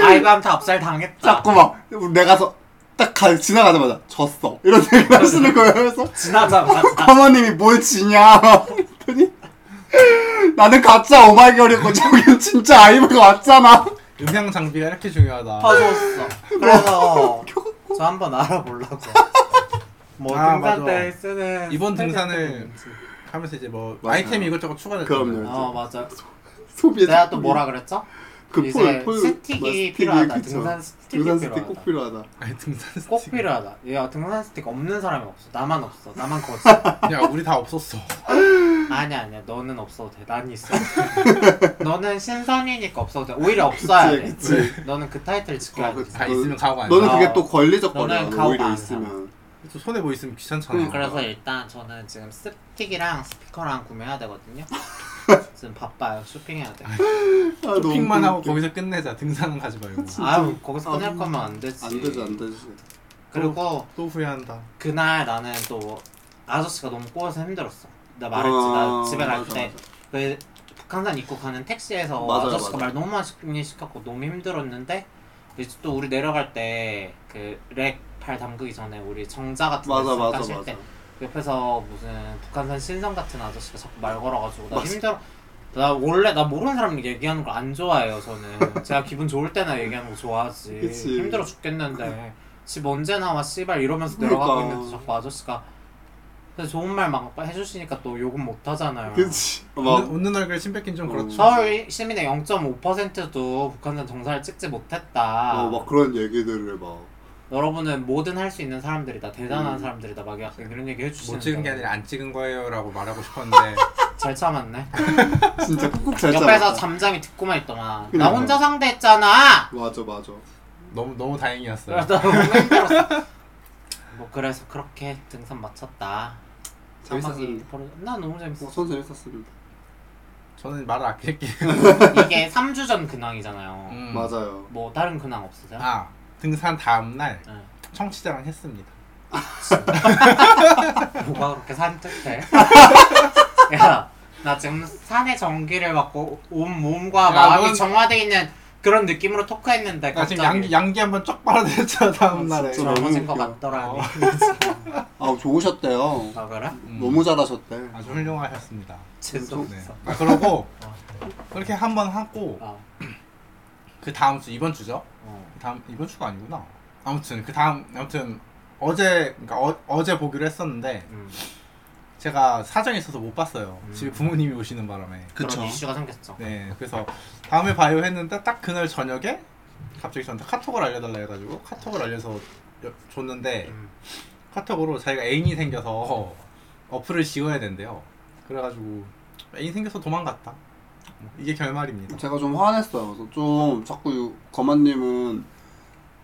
아이브한테 압살 당했다
자꾸 막 내가서 딱 가, 지나가자마자 졌어 이런 얘기를 하시는 거예요. 그래서
지나자마자
과모님이 뭘 지냐 그랬더니 나는 가짜 오마이걸이고 저기는 진짜 아이브가 왔잖아
음향 장비가 이렇게 중요하다.
아, 퍼졌어 그래서 저 한번 알아보려고 뭐
아,
등산
맞아.
때 쓰는
이번
스타일
등산을
같은 거 있지.
하면서 이제 뭐
네. 맞아요.
아이템 이것저것 추가됐잖아요.
그럼요.
어 맞아
소비에
내가 또 뭐라 그랬죠?
그
이제
폴, 폴,
스틱이
뭐
필요하다.
그쵸.
등산 스틱이
등산
필요하다.
스틱 꼭 필요하다
아니 등산 스틱.
꼭 필요하다 야 등산 스틱 없는 사람이 없어 나만 없어 나만 거지
야 우리 다 없었어.
아니야 아니야 너는 없어도 돼 난 있어 너는 신선이니까 없어도 돼 오히려 없어야
그치,
돼
그치.
너는 그 타이틀 지켜야
아,
돼
그치.
다 있으면 가고 아니야.
너는
어.
그게 또 걸리적 거려
너는 가오가
오히려
안
있으면
또 손에 뭐 있으면 귀찮잖아.
그래서 일단 저는 지금 스틱이랑 스피커랑 구매해야 되거든요 지금 바빠요 쇼핑해야 돼
아, 너무
쇼핑만 하고
웃겨.
거기서 끝내자. 등산은 가지 말고.
아유 거기서 꺼낼
아,
거면 안 되지
안 되지 안 되지
그리고
또 후회한다.
그날 나는 또 아저씨가 너무 꼬여서 힘들었어 나 말했지 나
아,
집에
맞아,
갈
맞아.
때 그 북한산 입국하는 택시에서
맞아요,
아저씨가
맞아요.
말 너무 많이 시켰고 너무 힘들었는데 이제 또 우리 내려갈 때 그 렉 발 담그기 전에 우리 정자 같은 거
맞아
잠깐
맞아
쉴그
맞아.
때 옆에서 무슨 북한산 신성 같은 아저씨가 자꾸 말 걸어가지고 나
맞아.
힘들어 나 원래 나 모르는 사람 얘기하는 걸 안 좋아해요 저는 제가 기분 좋을 때나 얘기하는 거 좋아하지
그치. 그-
힘들어 죽겠는데 집 언제 나와 씨발 이러면서 내려가고
그러니까.
있는데 자꾸 아저씨가 근데 좋은 말 막 해주시니까 또 욕은 못 하잖아요
그치.
웃는,
막
웃는 얼굴 신뺏긴 좀
어.
그렇죠.
서울 시민의 0.5%도 북한산 정상을 찍지 못했다
어, 막 그런 얘기들을 막.
여러분은 뭐든 할 수 있는 사람들이다 대단한
음.
사람들이다 막 약간 이런 얘기 해주시는
못 찍은 게 아니라 안 찍은 거예요라고 말하고 싶었는데
잘 참았네
진짜 꾹꾹 잘
옆에서
참았다.
잠잠히 듣고만 있더만 나
그렇죠. 그러니까.
혼자 상대했잖아
맞아 맞아.
너무 너무 다행이었어요.
그러다 너무 힘들었어 뭐 그래서 그렇게 등산 마쳤다
재밌었어요.
3박 2일 나 너무 재밌어
어, 전 재밌었습니다.
저는 말을 아낄게요.
이게 3주 전 근황이잖아요
음.
맞아요.
뭐 다른 근황 없으세요? 네.
아 등산 다음 날
응.
청취자랑 했습니다.
뭐가 그렇게 산뜻해? 야, 나 지금 산의 전기를 받고 온 몸과
야,
마음이
넌-
정화돼 있는 그런 느낌으로 토크했는데
나 아, 지금 양기
갑자기
양기 한번 쫙 빨아들였잖아 다음
아,
날에.
진짜.
젊어진
너무
것
웃겨.
같더라니.
아 좋으셨대요.
아 그래?
음.
너무 잘하셨대.
아주 훌륭하셨습니다.
재수
네.
없어.
아 그러고
어.
그렇게 한번 하고
어,
그 다음 주 이번 주죠? 그
어.
다음 이번 주가 아니구나. 아무튼 그 다음 아무튼 어제 그러니까 어, 어제 보기로 했었는데
음.
제가 사정이 있어서 못 봤어요.
음.
집에 부모님이 오시는 바람에.
그쵸.
그런 이슈가 생겼죠.
네, 그래서 다음에 봐요 했는데 딱 그날 저녁에 갑자기 저한테 카톡을 알려달라 해가지고 카톡을 알려서 여- 줬는데
음.
카톡으로 자기가 애인이 생겨서 어플을 지워야 된대요. 그래가지고 애인 생겨서 도망갔다. 뭐, 이게 결말입니다.
제가 좀 화냈어요. 그래서 좀 자꾸 거만님은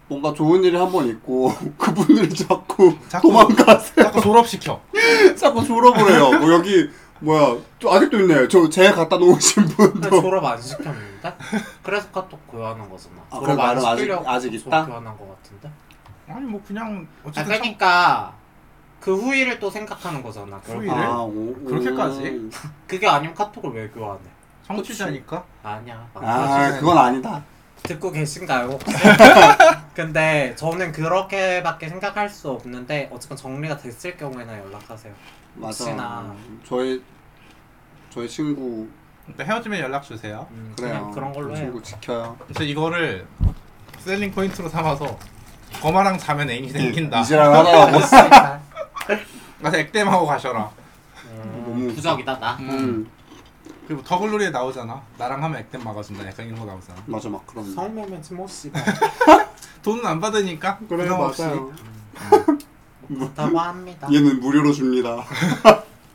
뭔가 좋은 일이 한 번 있고 그분들이 자꾸,
자꾸-
도망가세요.
자꾸 졸업시켜.
자꾸 졸업을 해요. 뭐 여기 뭐야 또 아직도 있네. 저 제 갖다 놓으신
근데
분도.
졸업 안 시켰는데? 그래서 카톡 교환한 거잖아.
아,
졸업
그럼
안
나는 아직-
시키려고
아직
카톡
있다?
교환한 거 같은데?
아니 뭐 그냥
아,
어쨌든 참-
그러니까 그 후일을 또 생각하는 거잖아. 결국.
후일을?
아,
오,
그렇게까지?
그게 아니면 카톡을 왜 교환해?
청취자니까
아니야.
아 그건 아니다.
듣고 계신가요? 혹시? 근데 저는 그렇게밖에 생각할 수 없는데 어쨌건 정리가 됐을 경우에는 연락하세요.
맞아.
혹시나.
저희 저희 친구
일단 그러니까 헤어지면 연락 주세요.
음,
그래요.
그냥 그런 걸로 해요.
친구 지켜요.
그래서 이거를 셀링 포인트로 삼아서 거마랑 자면 애인이 생긴다.
이지랑
음,
하다가 뭐.
가서 액땜하고 가셔라.
너무
음, 부적이다 나.
음
그리고 더글로리에 나오잖아. 나랑 하면 액땜 막아준다. 약간 이런 거 나오잖아.
맞아 막 그런.
성매면 지모 씨가
돈은 안 받으니까
그래
부담 없이.
맞아요.
그렇다고 합니다.
얘는 무료로 줍니다.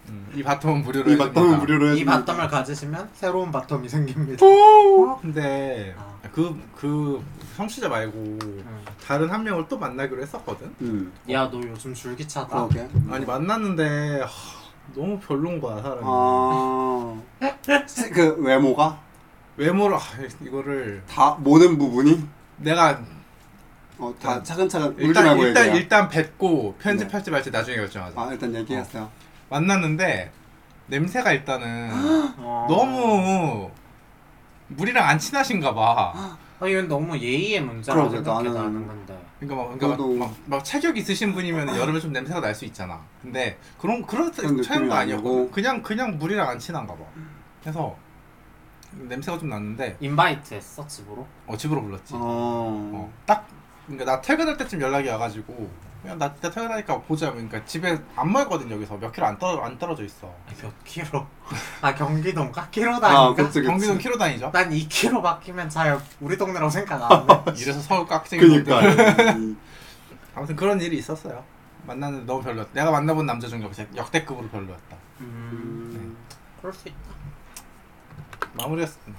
음, 이 바텀은 무료로
이 바텀은 무료로
이
해줍니다.
바텀을 가지시면 어? 새로운 바텀이 생깁니다.
오! 어? 근데
아.
그, 그 성취자 말고
음.
다른 한 명을 또 만나기로 했었거든?
음.
야너 요즘 줄기차다.
그러게. 음.
아니 만났는데 하, 너무 별론 거야 사람이
아. 그 외모가
외모를 아, 이거를
다 모든 부분이
내가
어,
아.
다 차근차근 울지
일단
말고
일단,
얘기해. 네.
일단 뵙고 편집할지 말지 나중에 결정하자
아 일단 얘기했어요.
만났는데 냄새가
아.
일단은
어.
너무 우리랑 안 친하신가 봐.
아 이건 너무 예의의 문제라고
그러게,
생각해
나는-
나는 건데.
그러니까 막 그러니까
너도-
막, 막, 막 체격 있으신 분이면 여름에 좀 냄새가 날 수 있잖아. 근데 그런 그런
느낌이
체형도 아니었고
아니고.
그냥 그냥 우리랑 안 친한가 봐. 그래서 냄새가 좀 났는데
인바이트 했어 집으로?
어 집으로 불렀지. 어.
어.
딱 그러니까 나 퇴근할 때쯤 연락이 와가지고 그냥 나 이따 퇴근하니까 보자. 그러니까 집에 안 멀거든 여기서 몇 킬로 안 떨어 안 떨어져 있어.
아, 몇 킬로? 아 경기도인가?
아
킬로단인가?
그치
경기도
그치.
키로 다니죠.
난 2km 바뀌면 잘 우리 동네라고 생각 안 해.
이래서 서울 깍쟁이
그니까.
아무튼 그런 일이 있었어요. 만났는데 너무 별로였다. 내가 만나본 남자 중에 역대- 역대급으로 별로였다.
음, 그럴 수 있다.
마무리했습니다.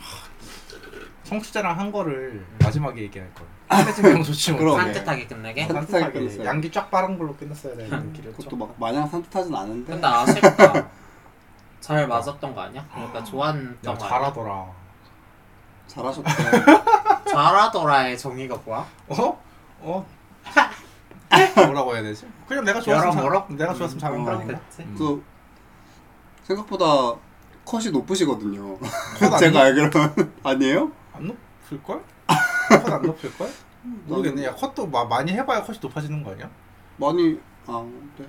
청취자랑 한 거를 마지막에 얘기할 걸. 한대쯤 좋지 못.
그러게.
산뜻하게 끝내게.
산- 산뜻하게 끝냈어요. 음,
양기 쫙 빠른 걸로 끝났어야 되는데.
향기를
그것도
좀.
막 마냥 산뜻하진 않은데.
근데 아쉽다. 잘 맞았던 거 아니야? 그러니까 좋아했던
야
거 아니야?
잘하더라.
잘하셨대.
잘하더라의 정의가 뭐야?
어? 어? 뭐라고 해야 되지? 그냥 내가 좋았으면
여러모로?
잘- 내가 좋았으면 잘한 거 아닌가?
그랬지.
음.
또 생각보다 컷이 높으시거든요.
컷 아니야?
제가 알기로는 아니에요?
안 높을 걸? 컷안 높을 걸? 모르겠네. 야 컷도 마, 많이 해봐야 컷이 높아지는 거 아니야?
많이 아 네.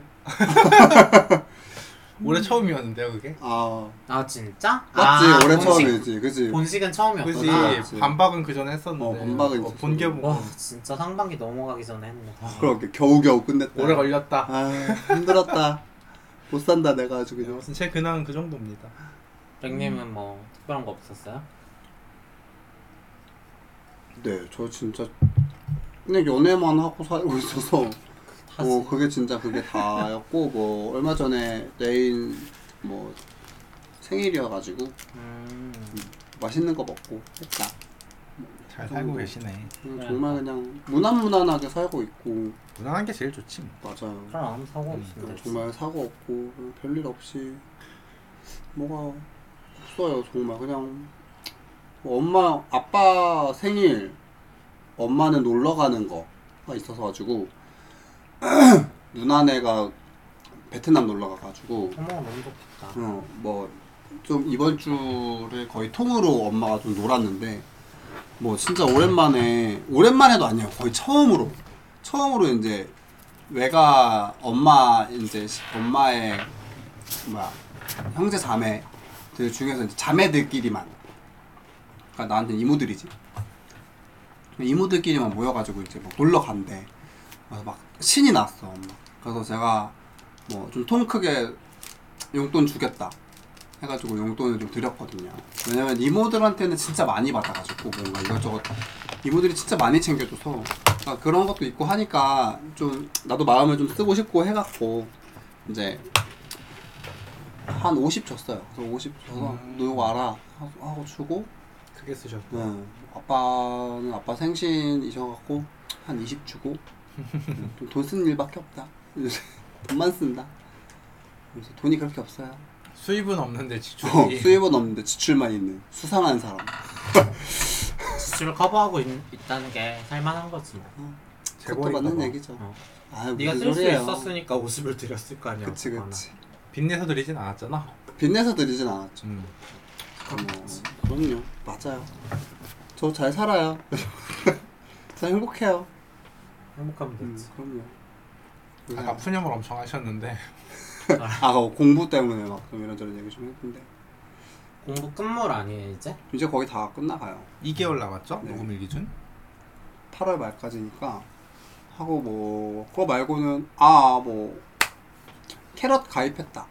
올해 처음이었는데요 그게.
아
아 진짜?
맞지
아,
올해
본식.
처음이지 그지
본식은
그지
처음이었구나.
맞아, 맞지.
반박은 그 전에 했었는데.
어, 반박은
어,
있었어.
본게 보고
와 진짜 상반기 넘어가기 전에 했네.
그렇게 겨우겨우 끝냈다
오래 걸렸다.
아 힘들었다 못 산다 내가 아주 그냥
무슨 제 근황 그 정도입니다.
백님은 뭐 특별한 거 없었어요?
네저 진짜 그냥 연애만 하고 살고 있어서
하지.
뭐 그게 진짜 그게 다였고 뭐 얼마 전에 내인 뭐 생일이어가지고
음,
맛있는 거 먹고 했다
잘
음.
살고 계시네.
그냥
네.
정말 그냥 무난무난하게 살고 있고
무난한 게 제일 좋지. 뭐.
맞아요
그럼 아무 사고
음,
없으면 되지.
정말 사고 없고 그냥 별일 없이 뭐가 없어요 정말 그냥 뭐 엄마 아빠 생일 엄마는 놀러 가는 거가 있어서 가지고 누나네가 베트남 놀러 가가지고
어머 너무 좋겠다.
어뭐 좀 이번 주를 거의 통으로 엄마가 좀 놀았는데 뭐 진짜 오랜만에 오랜만에도 아니에요 거의 처음으로 처음으로 이제 외가 엄마 이제 시- 엄마의 뭐야 형제 자매들 중에서 이제 자매들끼리만 그러니까 나한테 이모들이지 이모들끼리만 모여가지고 이제 막 놀러 간대 그래서 막 신이 났어 엄마 그래서 제가 뭐 좀 통 크게 용돈 주겠다 해가지고 용돈을 좀 드렸거든요. 왜냐면 이모들한테는 진짜 많이 받아가지고 뭔가 이것저것 이모들이 진짜 많이 챙겨줘서 그러니까 그런 것도 있고 하니까 좀 나도 마음을 좀 쓰고 싶고 해갖고 이제 한 50 줬어요. 그래서 50 줘서
음.
너 이거 알아 하고- 하고 주고
크게 쓰셨고.
네. 아빠는 아빠 생신이셔갖고 한 20 주고 음, 돈 쓰는 일밖에 없다. 돈만 쓴다. 그래서 돈이 그렇게 없어요.
수입은 없는데 지출이.
어,
예.
수입은 없는데 지출만 있는 수상한 사람.
지출을 커버하고 있, 다는게 살만한 거지 뭐.
그것도
재벌인가
맞는
봐.
얘기죠.
어.
아유,
네가
무슨
쓸 수
소리예요.
있었으니까 50을 드렸을 거 아니야.
그치
네,
얼마나.
그치.
빚내서 드리진 않았잖아.
빚내서 드리진 않았죠.
음.
뭐, 그럼요. 맞아요. 저 잘 살아요. 잘 행복해요.
행복하면
음,
되지.
그럼요. 음. 네.
아까 푸념을 엄청 하셨는데
아, 그 공부 때문에 막 좀 이런저런 얘기 좀 했는데
공부 끝물 아니에요 이제?
이제 거의 다 끝나가요.
2개월 남았죠?
네.
녹음일 기준.
8월 말까지니까 하고 뭐 그거 말고는 아 뭐 캐럿 가입했다.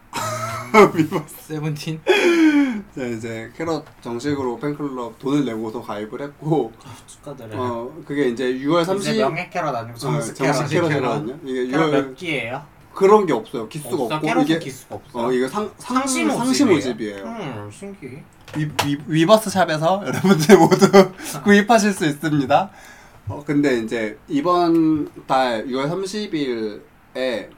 세븐틴.
네, 이제 캐럿 정식으로 팬클럽 돈을 내고서 가입을 했고
아, 축하드려요.
어 그게 이제 6월 30일
네. 이제 명예 캐럿 아니고 정식 캐럿.
정식 캐럿이거든요. 이게
캐럿
6월
몇 기예요?
그런 게 없어요. 기수가
없어.
없고
캐럿은
이게
기수가 없어.
어 이게 상
상심
상심
오집이에요.
상심 오집이에요.
음 신기해.
위, 위, 버스 샵에서 여러분들 모두 구입하실 수 있습니다. 어 근데 이제 이번 달 6월 30일에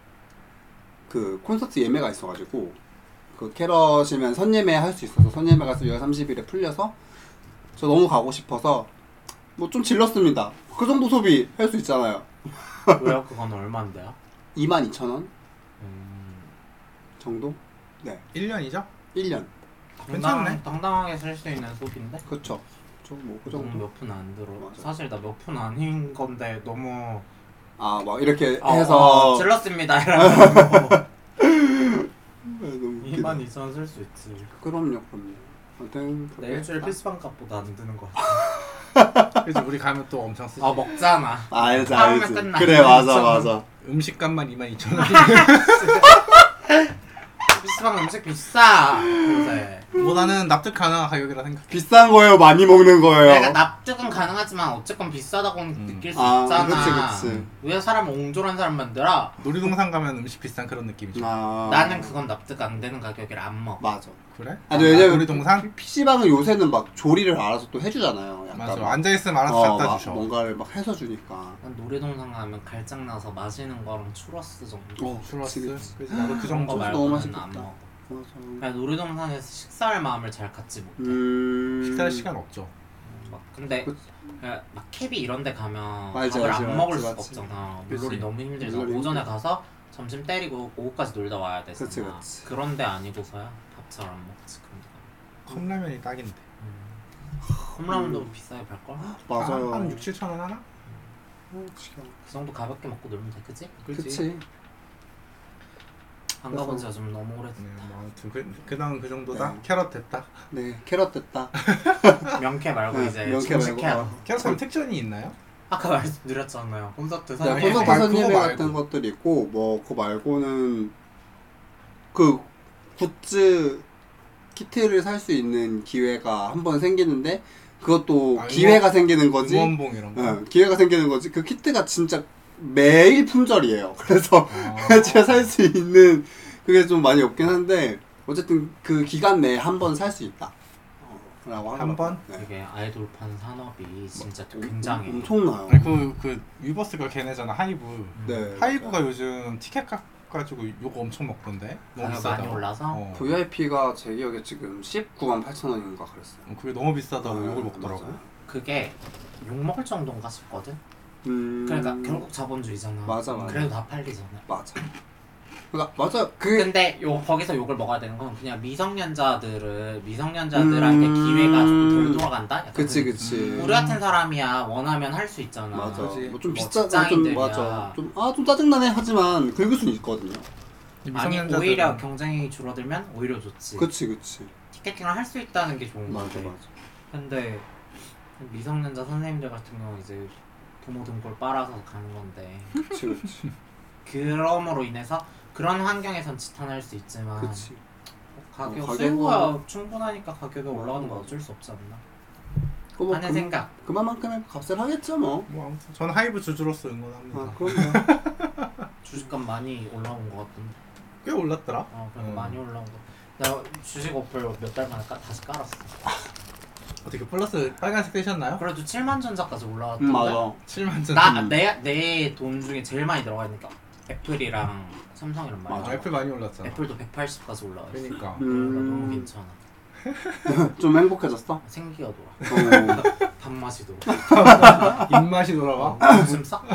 그 콘서트 예매가 있어가지고 그 캐럿이면 선예매 할 수 있어서 선예매가 6월 30일에 풀려서 저 너무 가고 싶어서 뭐 좀 질렀습니다. 그 정도 소비 할 수 있잖아요.
왜요? 그건 얼마인데요?
22,000원
음,
정도? 네.
1년이죠?
1년.
괜찮네.
당당- 당당하게 쓸 수 있는 소비인데?
그렇죠. 저뭐그
너무
정도.
몇 푼 안 들어.
맞아.
사실 나 몇 푼 아닌 건데 너무
아, 막 이렇게
어,
해서
어, 질렀습니다 이러면
아, 너무 웃기다.
2만 2천 쓸 수 있지.
그럼요, 그럼요. 아무튼 그렇게
내 네, 일주일
했다.
피스방 값보다 안 드는 거 같아.
그래서 우리 가면 또 엄청 쓰지.
아 먹잖아.
아, 알지
다음에
알지.
끝나.
그래 맞아
이천 원.
맞아.
음식값만 22,000원.
피스방 음식 비싸. 요새.
보다는 납득 가능한 가격이라 생각.
비싼 거예요, 많이 먹는
내가
거예요.
납득은 가능하지만 어쨌건 비싸다고 는
음.
느낄 수
아,
있잖아.
그치, 그치.
왜 사람 옹졸한 사람 만들어?
놀이동산 가면 음식 비싼 그런 느낌이죠.
아,
나는 그건 납득 안 되는 가격을 안 먹어.
맞아.
그래?
아니 네, 왜냐면
놀이동산?
PC방은 요새는 막 조리를 알아서 또 해주잖아요. 약간
맞아.
막.
앉아있으면 알아서
그 어,
갖다
막
주셔.
뭔가를 막 해서 주니까.
난 노래동산 가면 갈증 나서 마시는 거랑 추러스 정도.
어,
슈러스.
그치, 그치.
그래서 나도 그
그런 거
정도.
추러스
말고는
너무
안
맛있겠다.
먹어.
맞아.
그냥 노래동산에서 식사할 마음을 잘 갖지 못해.
음.
식사할 시간 없죠.
막 근데
그치.
그냥 막 캐비 이런 데 가면
맞지,
밥을
맞지,
안
맞지,
먹을 수가
맞지.
없잖아
그치.
물놀이 너무 힘들잖아
물놀이
오전에 가서 점심 때리고 오후까지 놀다 와야 되잖아
그치, 그치.
런데 아니고서야 밥 잘 안 먹지 그런 데 가면.
컵라면이 딱인데.
음. 컵라면도 비싸게 팔걸?
맞아요.
한, 한 6, 7천 원 하나?
그 정도 가볍게 먹고 놀면 돼, 그치?
그치.
그치.
안 가본
그래서-
지가 좀 너무
네,
오래됐다.
뭐 아무튼 그, 그다음 그 정도다.
네.
캐럿 됐다.
네, 캐럿 됐다.
명쾌 말고
네,
이제
명쾌
정식해야
말고.
돼.
캐럿은 특전이 있나요?
아까 말씀드렸잖아요. 콘서트
네,
사장님.
콘서트
말- 그거
선예배
말고.
같은 것들 있고 뭐 그 말고는 그 굿즈 키트를 살 수 있는 기회가 한 번 생기는데 그것도
아,
기회가 생기는 거지.
응원봉 이런 거. 뭐
예, 기회가 생기는 거지. 그 키트가 진짜 매일 품절이에요. 그래서
아.
제가 살 수 있는 그게 좀 많이 없긴 한데 어쨌든 그 기간 내에 한 번 살 수 있다. 어, 라고 하더라고요.
한 번?
네.
이게 아이돌판 산업이 진짜
오-
굉장히
엄청나요.
아니 그그 유버스가 걔네잖아 하이브.
네.
하이브가 요즘 티켓 값 가지고 요거 엄청 먹던데. 너무
가격
비싸다.
아, 많이 올라서
어.
VIP가 제 기억에 지금 19만 8천 원인가 그랬어요.
어, 그게 너무 비싸다고 욕을 먹더라고.
맞아요.
그게 욕먹을 정도인가 싶거든?
음...
그러니까 결국 자본주의잖아.
맞아, 맞아.
그래도 다 팔리잖아.
맞아. 그러니까 맞아. 그
근데 요 거기서 욕을 먹어야 되는 건 그냥 미성년자들을 미성년자들한테
음.
기회가 조금 덜 돌아간다. 약간
그치
그-
그치.
우리 같은 사람이야 원하면 할 수 있잖아.
맞아.
그치.
뭐
뭐
좀 비싸. 좀
직장인들이야.
맞아. 좀 아 좀 짜증나네 하지만 긁을 수는 있거든요.
아니 오히려 경쟁이 줄어들면 오히려 좋지.
그치 그치.
티켓팅을 할 수 있다는 게 좋은
맞아
건데.
맞아.
근데 미성년자 선생님들 같은 경우는 이제 부모 등골 빨아서 가는 건데
그치 그치.
그럼으로 인해서 그런 환경에선 지탄할 수 있지만
그치.
가격
어, 가격은-
수요가 충분하니까 가격이 올라가는 건 어쩔 수 없지 않나
그거 뭐
하는
그,
생각
그만큼의 값을 하겠죠 뭐.
뭐 아무튼 전 하이브 주주로서 응원합니다.
아 그럼요.
주식값 많이 올라온 것 같은데
꽤 올랐더라.
어 그래도
음.
많이 올라온 거. 나 주식 어플 몇 달 만에 까, 다시 깔았어
어떻게 플러스 빨간색 되셨나요?
그래도 7만 전자까지 올라왔던데
음, 맞아.
7만 전.
나내내 돈 중에 제일 많이 들어가 있으니까 애플이랑 삼성이랑 많이
맞아.
들어가
애플 많이 올랐잖아.
애플도 180까지 올라왔어
그러니까.
그러니까 너무
음.
괜찮아
좀 행복해졌어.
생기가 돌아
어.
밥맛이 돌아
입맛이 돌아와.
어, 웃음 싹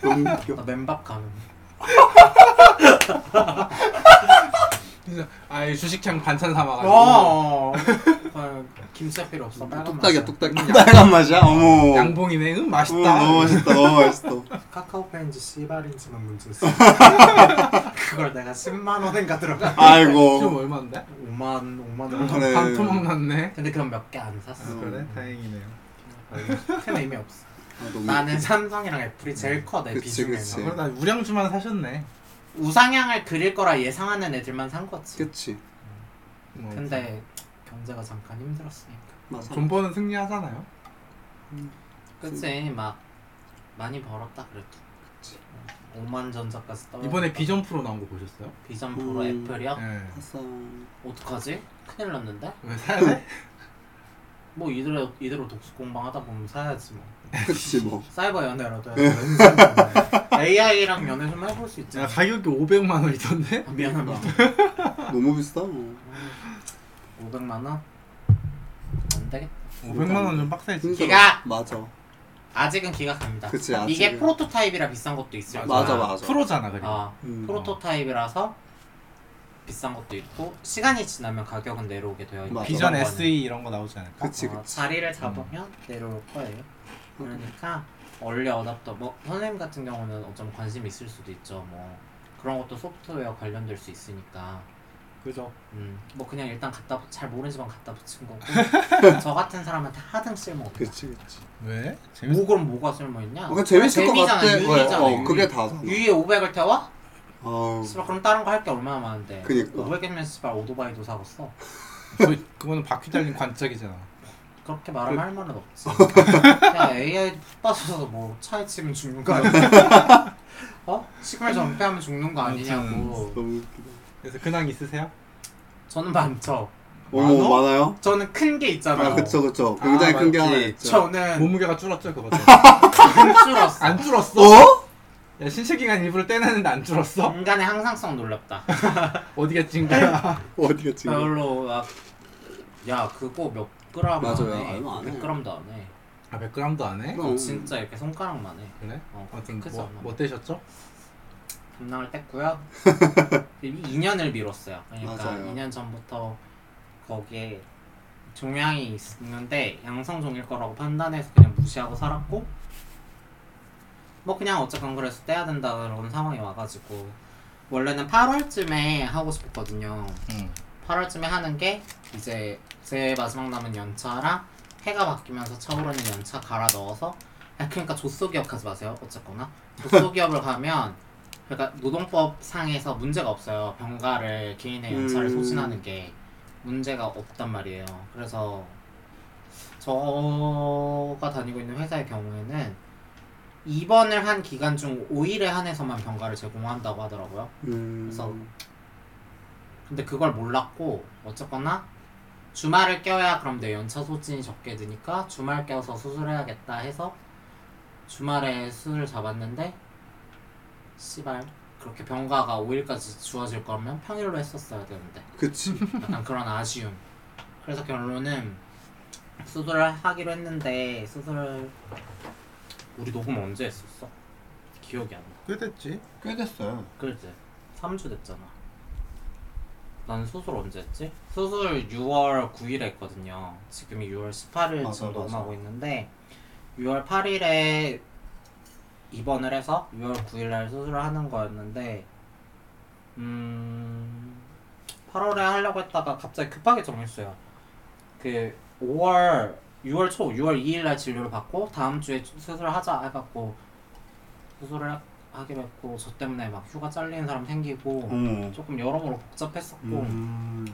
돌아
너무 웃겨.
나 맨밥 가는
그래서 아예 주식창 반찬 삼아가지고.
어. 아, 김쌀 필요 없어. 빨간
뚝딱이야
맛이야.
뚝딱. 빨간 맛이야. 어머.
양봉이네. 응
어,
맛있다.
너무 맛있다. 너무 맛있어.
카카오 페인지 씨발인지만 문제 있어. 그걸 내가 10만 원인가 들어가.
지금
아이고.
얼마인데?
5만 5만
원.
원.
그래.
반 토막 났네.
근데 그럼 몇 개 안 샀어.
음.
그래 다행이네요. 아,
큰 의미 없어.
아, 너무
나는 삼성이랑 애플이 제일 커 내
그치,
비중에는.
그치.
아, 그러다 우량주만 사셨네.
우상향을 그릴 거라 예상하는 애들만 산 거지.
그치.
뭐,
근데 경제가 잠깐 힘들었으니까.
맞아.
존버는 승리하잖아요.
그치 막 많이 벌었다 그래도.
그치.
5만 전자까지 떨어. 아.
이번에 비전 프로 나온 거 보셨어요?
비전 프로
음.
애플이야?
네.
봤어.
어떡하지? 큰일 났는데?
왜 사야 돼?
뭐 이대로 이대로 독서 공방하다 보면 사야지 뭐
그치 뭐.
사이버 연애라도 해서 AI랑 연애 좀 해볼 수
음.
있지
야, 아, 가격이 500만 원이던데?
아, 미안합니다
그러니까. 너무 비싸. 뭐.
500만 음, 원? 안 되겠다
음.
500만 원 좀 빡세지.
힘들어.
기가!
맞아.
아직은 기가 갑니다
그치, 아직은.
이게 프로토타입이라 비싼 것도 있어요
맞아, 맞아.
프로잖아 그리고.
어,
음.
프로토타입이라서 비싼 것도 있고 시간이 지나면 가격은 내려오게 되어 있고
맞아. 음.
비전
그런 거는
SE 이런 거 나오지 않을까?
E 그치,
어,
그치.
자리를 잡으면 내려올 거예요.
음.
그러니까 원리 어답터 뭐 선생님 같은 경우는 어쩌면 관심이 있을 수도 있죠. 뭐 그런 것도 소프트웨어 관련될 수 있으니까.
그죠.
음, 뭐 그냥 일단 갖다 붙- 잘 모르는 집안 갖다 붙인 거고 저 같은 사람한테 하등 쓸모 없다.
그치, 그치.
왜? 재밌어.
뭐 그럼 뭐가 쓸모 있냐?
어, 그냥 재밌을 것
재미잖아,
같아.
유리잖아.
어,
유리.
그게 다잖아.
유리에 500을 태워?
어,
씨발 그럼 다른 거 할 게 얼마나 많은데.
그니까.
500이면 씨발 오토바이도 사고 써.
그- 그거는 바퀴 달린 관짝이잖아.
그렇게 말하면 할 말은 없지. 야 AI 푹 빠져서 뭐 차에 치면 죽는 거 아니야? 어? 시간을 전폐하면 죽는 거 아니냐고.
너무 웃기다.
그래서 근황 있으세요?
저는 많죠.
오,
많어?
많아요?
저는 큰 게 있잖아요.
아, 그쵸, 그쵸. 굉장히
아,
큰 게
맞지.
하나 있죠. 어,
저는
몸무게가 줄었죠 그거죠.
안 줄었어.
안 줄었어?
어?
야 신체 기간 일부러 떼내는데 안 줄었어?
인간의 항상성 놀랍다.
어디가
네.
찐가?
어디가 지금?
별로 막, 야 그거 몇 그램
맞아요.
안 해.
얼마 안 해. 어.
몇 그램도 안 해.
아 100g도 안 해?
그럼.
진짜 이렇게 손가락만 해.
그래?
어,
아무튼
크지
뭐,
않나.
뭐 떼셨죠?
분당을 뗐고요. 2년을 미뤘어요. 그러니까
맞아요.
2년 전부터 거기에 종양이 있는데 양성종일 거라고 판단해서 그냥 무시하고 살았고 뭐 그냥 어쨌건 그래서 떼야 된다 그런 상황이 와가지고 원래는 8월쯤에 하고 싶었거든요.
음.
8월쯤에 하는 게 이제 제 마지막 남은 연차랑 해가 바뀌면서 차오르는 연차 갈아 넣어서 아, 그러니까 조소기업 가지 마세요 어쨌거나 조소기업을 가면 그러니까 노동법 상에서 문제가 없어요 병가를 개인의 연차를
음.
소진하는 게 문제가 없단 말이에요 그래서 저가 다니고 있는 회사의 경우에는 입원을 한 기간 중 5일에 한해서만 병가를 제공한다고 하더라고요
음.
그래서 근데 그걸 몰랐고 어쨌거나 주말을 껴야 그럼 내 연차 소진이 적게 드니까 주말 껴서 수술해야겠다 해서 주말에 수술 잡았는데 씨발 그렇게 병가가 5일까지 주어질 거면 평일로 했었어야 되는데
그치.
약간 그런 아쉬움 그래서 결론은 수술을 하기로 했는데 수술 우리 녹음 언제 했었어? 기억이 안나
꽤 됐지.
꽤 됐어요.
그렇지. 3주 됐잖아. 난 수술 언제 했지? 수술 6월 9일에 했거든요. 지금이 6월 18일
맞아,
지금
맞아.
녹음하고 있는데 6월 8일에 입원을 해서 6월 9일 날 수술을 하는 거였는데 음 8월에 하려고 했다가 갑자기 급하게 정했어요. 그 5월 6월 초 6월 2일 날 진료를 받고 다음 주에 수술을 하자 해갖고 수술을 하- 하기로 했고 저 때문에 막 휴가 잘리는 사람 생기고
음.
조금 여러모로 복잡했었고
음.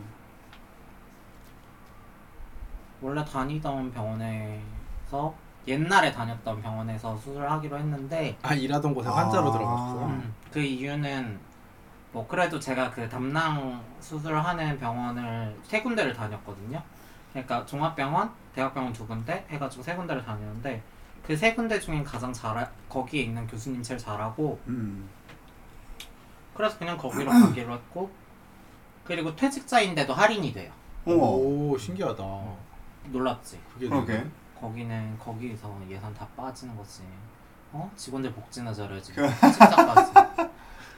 원래 다니던 병원에서 옛날에 다녔던 병원에서 수술하기로 했는데
아 일하던 곳에 환자로
아.
들어갔어.
음, 그 이유는 뭐 그래도 제가 그 담낭 수술하는 병원을 세 군데를 다녔거든요. 그러니까 종합병원, 대학병원 두 군데 해가지고 세 군데를 다녔는데 그 세 군데 중엔 가장 잘 거기에 있는 교수님 제일 잘하고
음.
그래서 그냥 거기로 가기로 했고 그리고 퇴직자인데도 할인이 돼요.
어.
오 신기하다.
놀랍지?
그게
그러게.
거기는 거기서 예산 다 빠지는 거지. 어? 직원들 복지나 잘해야지. 퇴직자까지.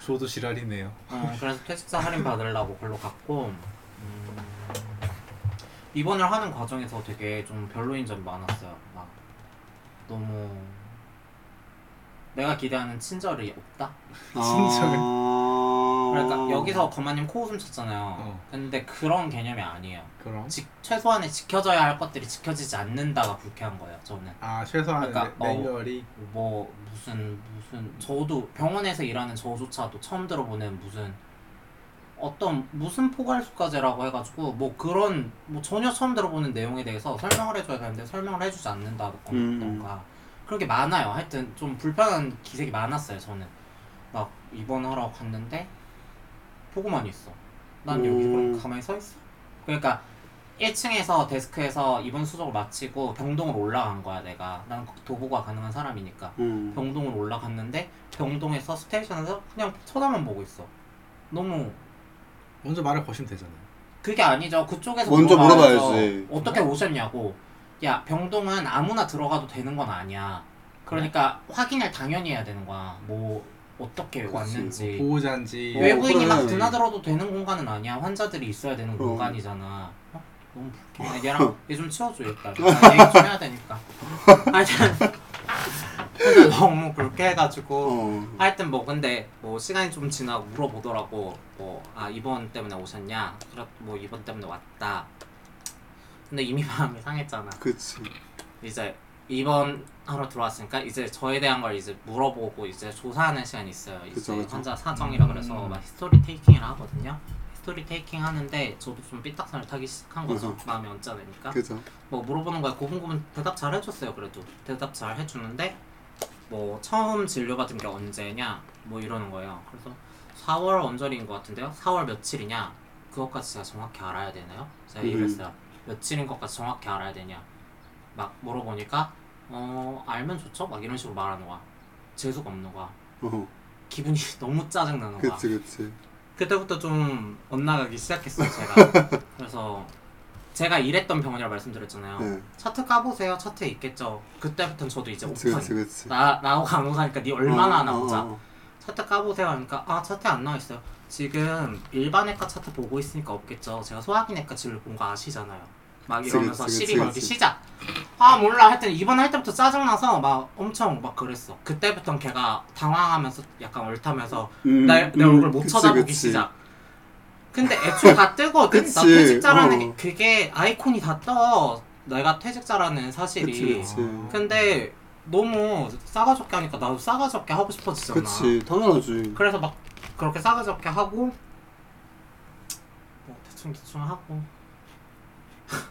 저도 지랄이네요.
어, 그래서 퇴직자 할인 받으려고 별로 갔고 음, 입원을 하는 과정에서 되게 좀 별로인 점이 많았어요. 막 너무 내가 기대하는 친절이 없다.
진짜요?
아.
그러니까 여기서 거마님 코웃음 쳤잖아요.
어.
근데 그런 개념이 아니에요.
그럼
지- 최소한의 지켜져야 할 것들이 지켜지지 않는다가 불쾌한 거예요. 저는.
아 최소한의
그러니까,
내-
어.
내열이
뭐 무슨 무슨 저도 병원에서 일하는 저조차도 처음 들어보는 무슨 어떤 무슨 포괄수과제라고 해가지고 뭐 그런 뭐 전혀 처음 들어보는 내용에 대해서 설명을 해줘야 되는데 설명을 해주지 않는다던가 그런 게 많아요. 하여튼 좀 불편한 기색이 많았어요. 저는 막 입원하러 갔는데 보고만 있어. 난 여기
음.
그럼 가만히 서 있어. 그러니까 1층에서 데스크에서 입원 수속을 마치고 병동으로 올라간 거야 내가. 난 도보가 가능한 사람이니까.
음.
병동으로 올라갔는데 병동에서 스테이션에서 그냥 쳐다만 보고 있어. 너무
먼저 말을 거시면 되잖아요.
그게 아니죠. 그쪽에서
먼저
물어봐야죠.
물어봐야지.
어떻게 오셨냐고. 야 병동은 아무나 들어가도 되는 건 아니야. 그러니까 확인을 당연히 해야 되는 거야. 뭐 어떻게
네. 그치.
예.
왔는지.
보호자인지
어,
외부인이 막
그래.
드나들어도 되는 공간은 아니야. 환자들이 있어야 되는
그럼.
공간이잖아. 어? 너무 불쾌해. 얘랑 얘 좀 치워줘 일단. 나 얘기 좀 해야 되니까. 아니 그냥 너무 불쾌해가지고.
어.
하여튼 뭐 근데 뭐 시간이 좀 지나고 물어보더라고 뭐 아 이번 때문에 오셨냐 그래 뭐 이번 때문에 왔다 근데 이미 마음이 상했잖아
그치.
그러니까? 이제 이번 하러 들어왔으니까 이제 저에 대한 걸 이제 물어보고 이제 조사하는 시간이 있어요 이제
그쵸, 그쵸.
환자 사정이라
음.
그래서 막 히스토리 테이킹을 하거든요 히스토리 테이킹 하는데 저도 좀 삐딱선을 타기 시작한 거죠
그죠.
마음이 언짢으니까
그죠.
뭐 물어보는 거야 고분고분 대답 잘 해줬어요 그래도 대답 잘 해주는데 뭐 처음 진료받은 게 언제냐 뭐 이러는 거예요 그래서 4월 언저리인 것 같은데요 4월 며칠이냐 그것까지 제가 정확히 알아야 되나요? 제가
음.
이랬어요 며칠인 것까지 정확히 알아야 되냐 막 물어보니까 어 알면 좋죠 막 이런 식으로 말하는 거야 재수가 없는 거야
어.
기분이 너무 짜증나는 거야
그치, 그치.
어. 그때부터 좀 엇나가기 시작했어요 제가 그래서 제가 일했던 병원이라 말씀드렸잖아요
네.
차트 까보세요 차트에 있겠죠 그때부터는 저도 이제
그치,
오픈
그치, 그치.
나, 나하고 간호사니까 네 얼마나 하나 보자
어, 어,
차트 까보세요 하니까 아 차트에 안 나와있어요 지금 일반외과 차트 보고 있으니까 없겠죠 제가 소화기내과 진료 본 거 아시잖아요 막
그치,
이러면서
그치,
시비
그치,
걸기
그치.
시작. 아 몰라 하여튼 이번 할 때부터 짜증나서 막 엄청 막 그랬어. 그때부터 걔가 당황하면서 약간 얼타면서
음,
나, 내
음,
얼굴 못
그치,
쳐다보기
그치.
시작. 근데 애초에 다 뜨거든.
그치,
나 퇴직자라는
어.
게 그게 아이콘이 다 떠. 내가 퇴직자라는 사실이.
그치, 그치.
근데 너무 싸가지없게 하니까 나도 싸가지없게 하고 싶어지잖아.
그치 당연하지
그래서 막 그렇게 싸가지없게 하고 뭐 대충 대충 하고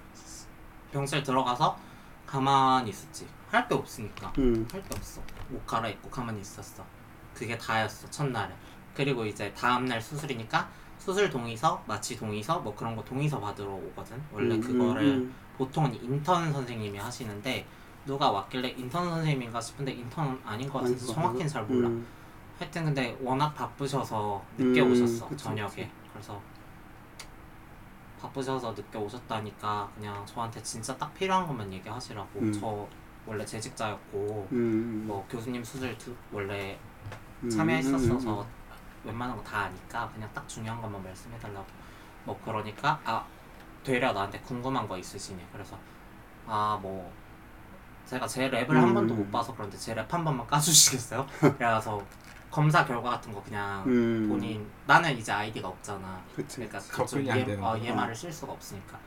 병실 들어가서 가만히 있었지. 할 게 없으니까.
음.
할 게 없어. 옷 갈아입고 가만히 있었어. 그게 다였어 첫날에. 그리고 이제 다음날 수술이니까 수술 동의서, 마취 동의서, 뭐 그런 거 동의서 받으러 오거든. 원래
음,
그거를
음,
보통은 인턴 선생님이 하시는데 누가 왔길래 인턴 선생님인가 싶은데 인턴 아닌 것 같아서
아이고,
정확히는 잘 몰라.
음.
하여튼 근데 워낙 바쁘셔서 늦게
음,
오셨어
그치,
저녁에
그치.
그래서 바쁘셔서 늦게 오셨다니까 그냥 저한테 진짜 딱 필요한 것만 얘기하시라고
음.
저 원래 재직자였고
음,
뭐 교수님 수술 두- 원래
음,
참여했었어서
음,
웬만한 거 다 아니까 그냥 딱 중요한 것만 말씀해달라고 뭐 그러니까 아 되려 나한테 궁금한 거 있으시니 그래서 아 뭐 제가 제 랩을 한
음.
번도 못 봐서 그런데 제 랩 한 번만 까주시겠어요? 그래서 검사 결과 같은 거 그냥
음.
본인 나는 이제 아이디가 없잖아
그치
그러니까
그치.
그쪽
접근이 안
EM,
되는
어,
거구나.
EMR을 쓸 수가 없으니까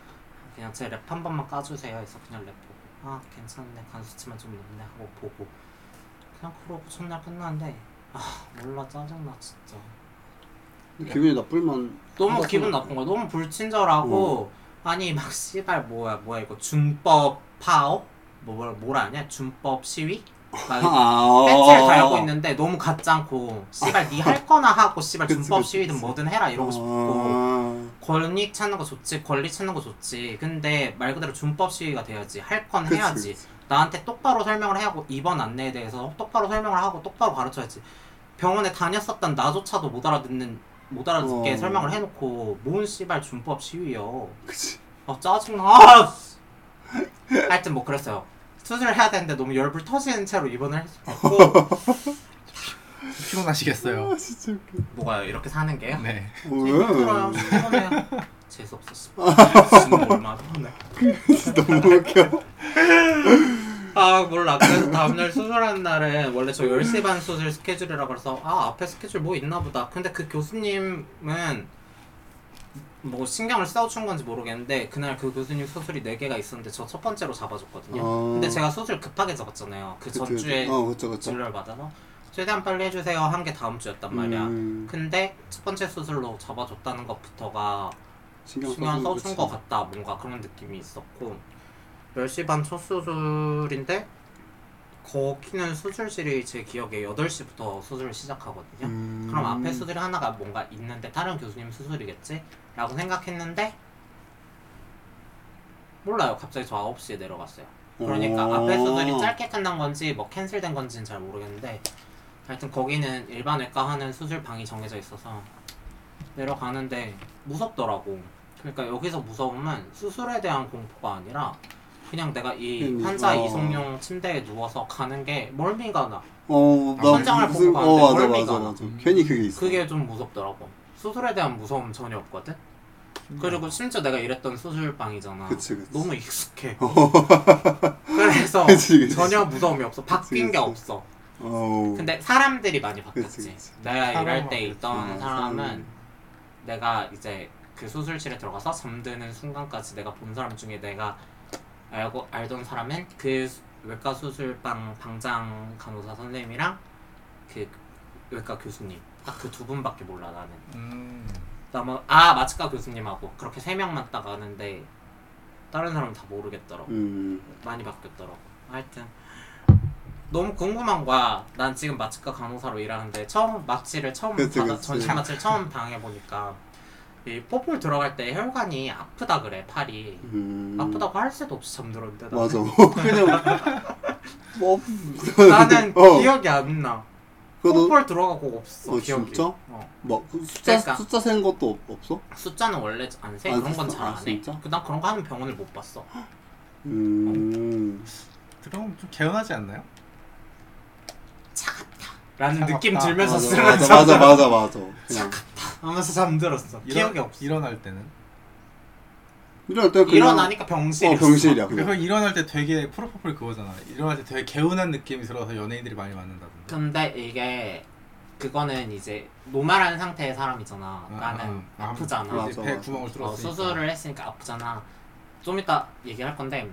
그냥 제 랩 한 번만 까주세요 해서 그냥 랩 보고 아 괜찮네 간수치만 좀 높네 하고 보고 그냥 그러고 첫날 끝났는데 아 몰라 짜증나 진짜 그
근데 기분이 나쁠만
너무
하다
기분
생각-
나쁜 거야 너무 불친절하고 아니 막 씨발 뭐야 뭐야 이거 준법 파업? 뭐, 뭐라 하냐 준법 시위? 막
아,
배지를
어.
달고 있는데 너무 같지 않고 씨발 니 할 거나 하고 씨발
그치,
준법
그치,
시위든
그치.
뭐든 해라 이러고 싶고
아.
권리 찾는 거 좋지, 권리 찾는 거 좋지. 근데 말 그대로 준법 시위가 돼야지. 할 건
그치, 어,
해야지.
그치.
나한테 똑바로 설명을 해야 하고 이번 안내에 대해서 똑바로 설명을 하고 똑바로 가르쳐야지. 병원에 다녔었던 나조차도 못 알아듣는 못 알아듣게
어.
설명을 해놓고 뭔 씨발 준법 시위여.
그치
아 짜증나. 아, 씨. 하여튼 뭐 그랬어요. 수술을 해야 되는데 너무 열불 터지는 채로 입원을 했고
피곤하시겠어요.
아 진짜 웃겨
뭐가요? 이렇게 사는 게요?
네.
어, 왜?
힘들어요. 피곤해요. 재수 없었어. 지금 얼마나 피곤해.
너무 웃겨
아 몰라 그래서 다음날 수술하는 날에 원래 저 10시 반 수술 스케줄이라 그래서 아 앞에 스케줄 뭐 있나 보다 근데 그 교수님은 뭐 신경을 써준 건지 모르겠는데 그날 그 교수님 수술이 4개가 있었는데 저 첫 번째로 잡아줬거든요
어.
근데 제가 수술 급하게 잡았잖아요 그
그치, 그치.
전주에
어 그쵸 그쵸
진료를 받아서 최대한 빨리 해주세요 한 게 다음 주였단 말이야 그
음,
근데 첫 번째 수술로 잡아줬다는 것부터가
신경
신경
써준
써준 것
거지.
같다 뭔가 그런 느낌이 있었고 10시 반 첫 수술인데 거기는 수술실이 제 기억에 8시부터 수술을 시작하거든요
음.
그럼 앞에 수술이 하나가 뭔가 있는데 다른 교수님 수술이겠지? 라고 생각했는데 몰라요 갑자기 저 9시에 내려갔어요 그러니까
어.
앞에 수술이 짧게 끝난 건지 뭐 캔슬된 건지는 잘 모르겠는데 하여튼 거기는 일반 외과 하는 수술 방이 정해져 있어서 내려가는데 무섭더라고. 그러니까 여기서 무서움은 수술에 대한 공포가 아니라 그냥 내가 이
음,
환자
어.
이송용 침대에 누워서 가는 게 멀미가 나.
어, 나
선장을
무슨-
보고
어,
가는데
맞아,
멀미가
맞아,
나.
맞아. 괜히 그게 있어.
그게 좀 무섭더라고. 수술에 대한 무서움 전혀 없거든. 그리고 심지어 내가 일했던 수술방이잖아.
음. 그치, 그치.
너무 익숙해. 그래서
그치, 그치.
전혀 무서움이 없어. 바뀐
그치,
게
그치.
없어.
어.
근데 사람들이 많이 바뀌었지.
그치, 그치.
내가 일할 때
사람은
있던
음,
사람은
사람은.
내가 이제 그 수술실에 들어가서 잠드는 순간까지 내가 본 사람 중에 내가 알고 알던 사람은 그 수- 외과 수술방 방장 간호사 선생님이랑 그 외과 교수님 딱 그 두 분밖에 몰라 나는.
음.
나머 아 마취과 교수님하고 그렇게 세 명만 딱 아는데 다른 사람 은다 모르겠더라고.
음.
많이 바뀌었더라고. 하여튼 너무 궁금한 거야. 난 지금 마취과 간호사로 일하는데 처음 마취를 처음
그치,
받아
그치.
전신 마취를 처음 당해 보니까 이 뽀뽀를 들어갈 때 혈관이 아프다 그래 팔이
음.
아프다고 할 수도 없이 잠들었는데 나는,
맞아. 그냥 뭐
나는
어.
기억이 안 나.
그래도
뽀뽀를 들어가고 없어
어,
기억이.
진짜?
어.
뭐 숫자
그러니까.
숫자 센 것도 없- 없어?
숫자는 원래 안 세.
아,
그런 건
숫자-
잘 안
아,
해.
진짜?
그 난 그런 거 하는 병원을 못 봤어.
음.
그럼 좀 개운하지 않나요?
라는
차갑다.
느낌 들면서
맞아,
쓰면
맞아, 맞아, 맞아, 맞아. 그냥
하면서 잠들었어.
일어-
기억이 없어.
일어날 때는
일어날 때 그냥
일어나니까 병실.
어 병실이야
그거
그냥
일어날 때 되게 프로포폴 그거잖아. 일어날 때 되게 개운한 느낌이 들어서 연예인들이 많이 맞는다던데.
근데 이게 그거는 이제 노말한 상태의 사람이잖아.
아,
그러니까 나는
아, 아,
아프잖아.
맞아,
이제 배
맞아.
구멍을
어,
뚫었으니까.
수술을 했으니까 아프잖아. 좀 이따 얘기할 건데.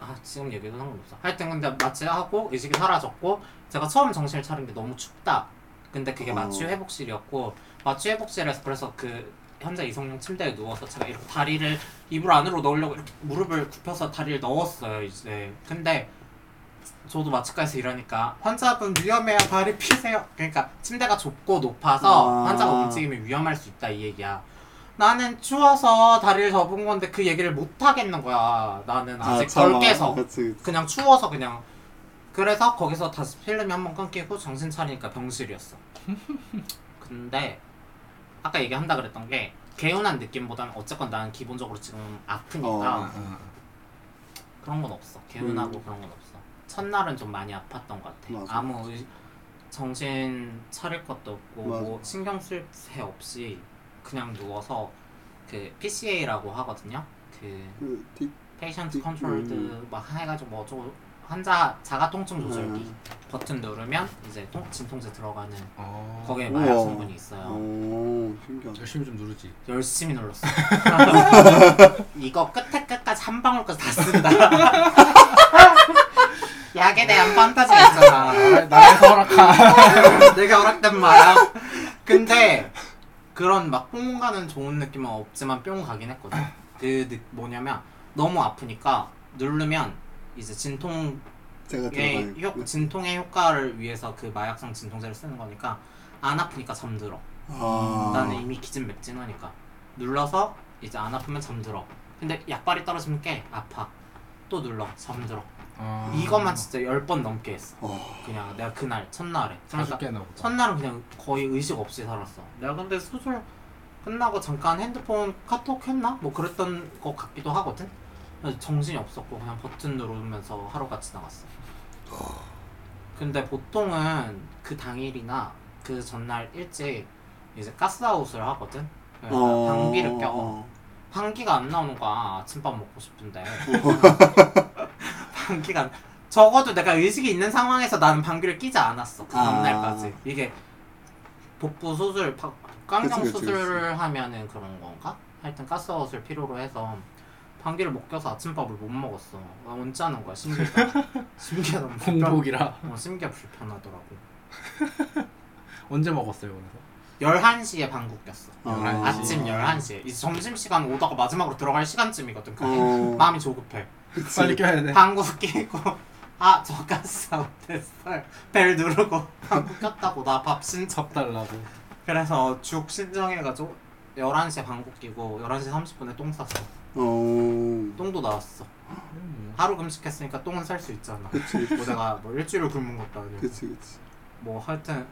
아 지금 얘기도 상관없어. 하여튼 근데 마취하고 의식이 사라졌고 제가 처음 정신을 차린 게 너무 춥다. 근데 그게
어.
마취 회복실이었고 마취 회복실에서 그래서 그 현재 이성용 침대에 누워서 제가 이렇게 다리를 이불 안으로 넣으려고 이렇게 무릎을 굽혀서 다리를 넣었어요 이제. 근데 저도 마취과에서 일하니까 환자분 위험해요 다리 피세요. 그러니까 침대가 좁고 높아서
아.
환자가 움직이면 위험할 수 있다 이 얘기야. 나는 추워서 다리를 접은 건데 그 얘기를 못 하겠는 거야. 나는 아직 덜 깨서.
그치
그냥 추워서 그냥 그래서 거기서 다시 필름이 한 번 끊기고 정신 차리니까 병실이었어. 근데 아까 얘기한다 그랬던 게 개운한 느낌보다는 어쨌건 나는 기본적으로 지금 아프니까
아, 아.
그런 건 없어. 개운하고
어. 음.
그런 건 없어. 첫날은 좀 많이 아팠던 것 같아.
맞아.
아무 정신 차릴 것도 없고
맞아.
뭐 신경 쓸 새 없이 그냥 누워서 그 PCA라고 하거든요. 그
그 디-
페이션트
음.
컨트롤드 막 해가지고 뭐 어쩌고 환자 자가 통증 조절기
음.
버튼 누르면 이제 통, 진통제 들어가는
어.
거기에
우와.
마약 성분이 있어요.
아. 오 신기하다
열심히 좀 누르지.
열심히 눌렀어. 이거 끝에 끝까지 한 방울까지 다 쓴다. 약에 대한 판타지가 있잖아.
나의 허락한.
내가 허락된 말야. 근데 그런 막뽕 가는 좋은 느낌은 없지만 뿅 가긴 했거든. 그 느- 뭐냐면 너무 아프니까 누르면 이제 진통
제가 그-
예,
들어가요
효, 진통의 효과를 위해서 그 마약성 진통제를 쓰는 거니까 안 아프니까 잠들어.
아
나는 이미 기진맥진하니까 눌러서 이제 안 아프면 잠들어. 근데 약발이 떨어지면 깨 아파. 또 눌러 잠들어.
아.
이것만 진짜 10번 넘게 했어.
어,
그냥 내가 그날 첫날에.
사줄
그러니까
깨나 보다.
첫날은 그냥 거의 의식 없이 살았어. 내가 근데 수술 끝나고 잠깐 핸드폰 카톡 했나? 뭐 그랬던 것 같기도 하거든. 그래서 정신이 없었고 그냥 버튼 누르면서 하루가 지나갔어. 근데 보통은 그 당일이나 그 전날 일찍 이제 가스아웃을 하거든.
어.
방귀를 껴. 방귀가 안 나오는 거야. 아침밥 먹고 싶은데. 방귀가 안- 적어도 내가 의식이 있는 상황에서 나는 방귀를 끼지 않았어. 그
아.
다음날까지. 이게 복부 수술, 파- 깡경
그치, 그치,
수술을 하면은 그런 건가? 하여튼 가스아웃을 필요로 해서 방귀를 못 껴서 아침밥을 못 먹었어. 나 언짢은 거야. 심기가. 심기가 너무 불편.
공복이라
어, 심기가 불편하더라고.
언제 먹었어요 그래서?
11시에 방귀 꼈어.
아.
아침 11시에. 이제 점심시간 오다가 마지막으로 들어갈 시간쯤이거든. 그게.
어.
마음이 조급해.
빨리 껴야
네.
돼.
방구 끼고 아 저 가스 못했어요 벨 누르고 방구 꼈다고 나 밥 신청
밥 달라고.
그래서 죽 신청해가지고 11시에 방구 끼고 11시 30분에 똥 쌌어
어
똥도 나왔어
음,
하루 금식했으니까 똥은 쌀 수 있잖아 뭐 내가 뭐 일주일을 굶은 것도 아니고
그치 그치
뭐 하여튼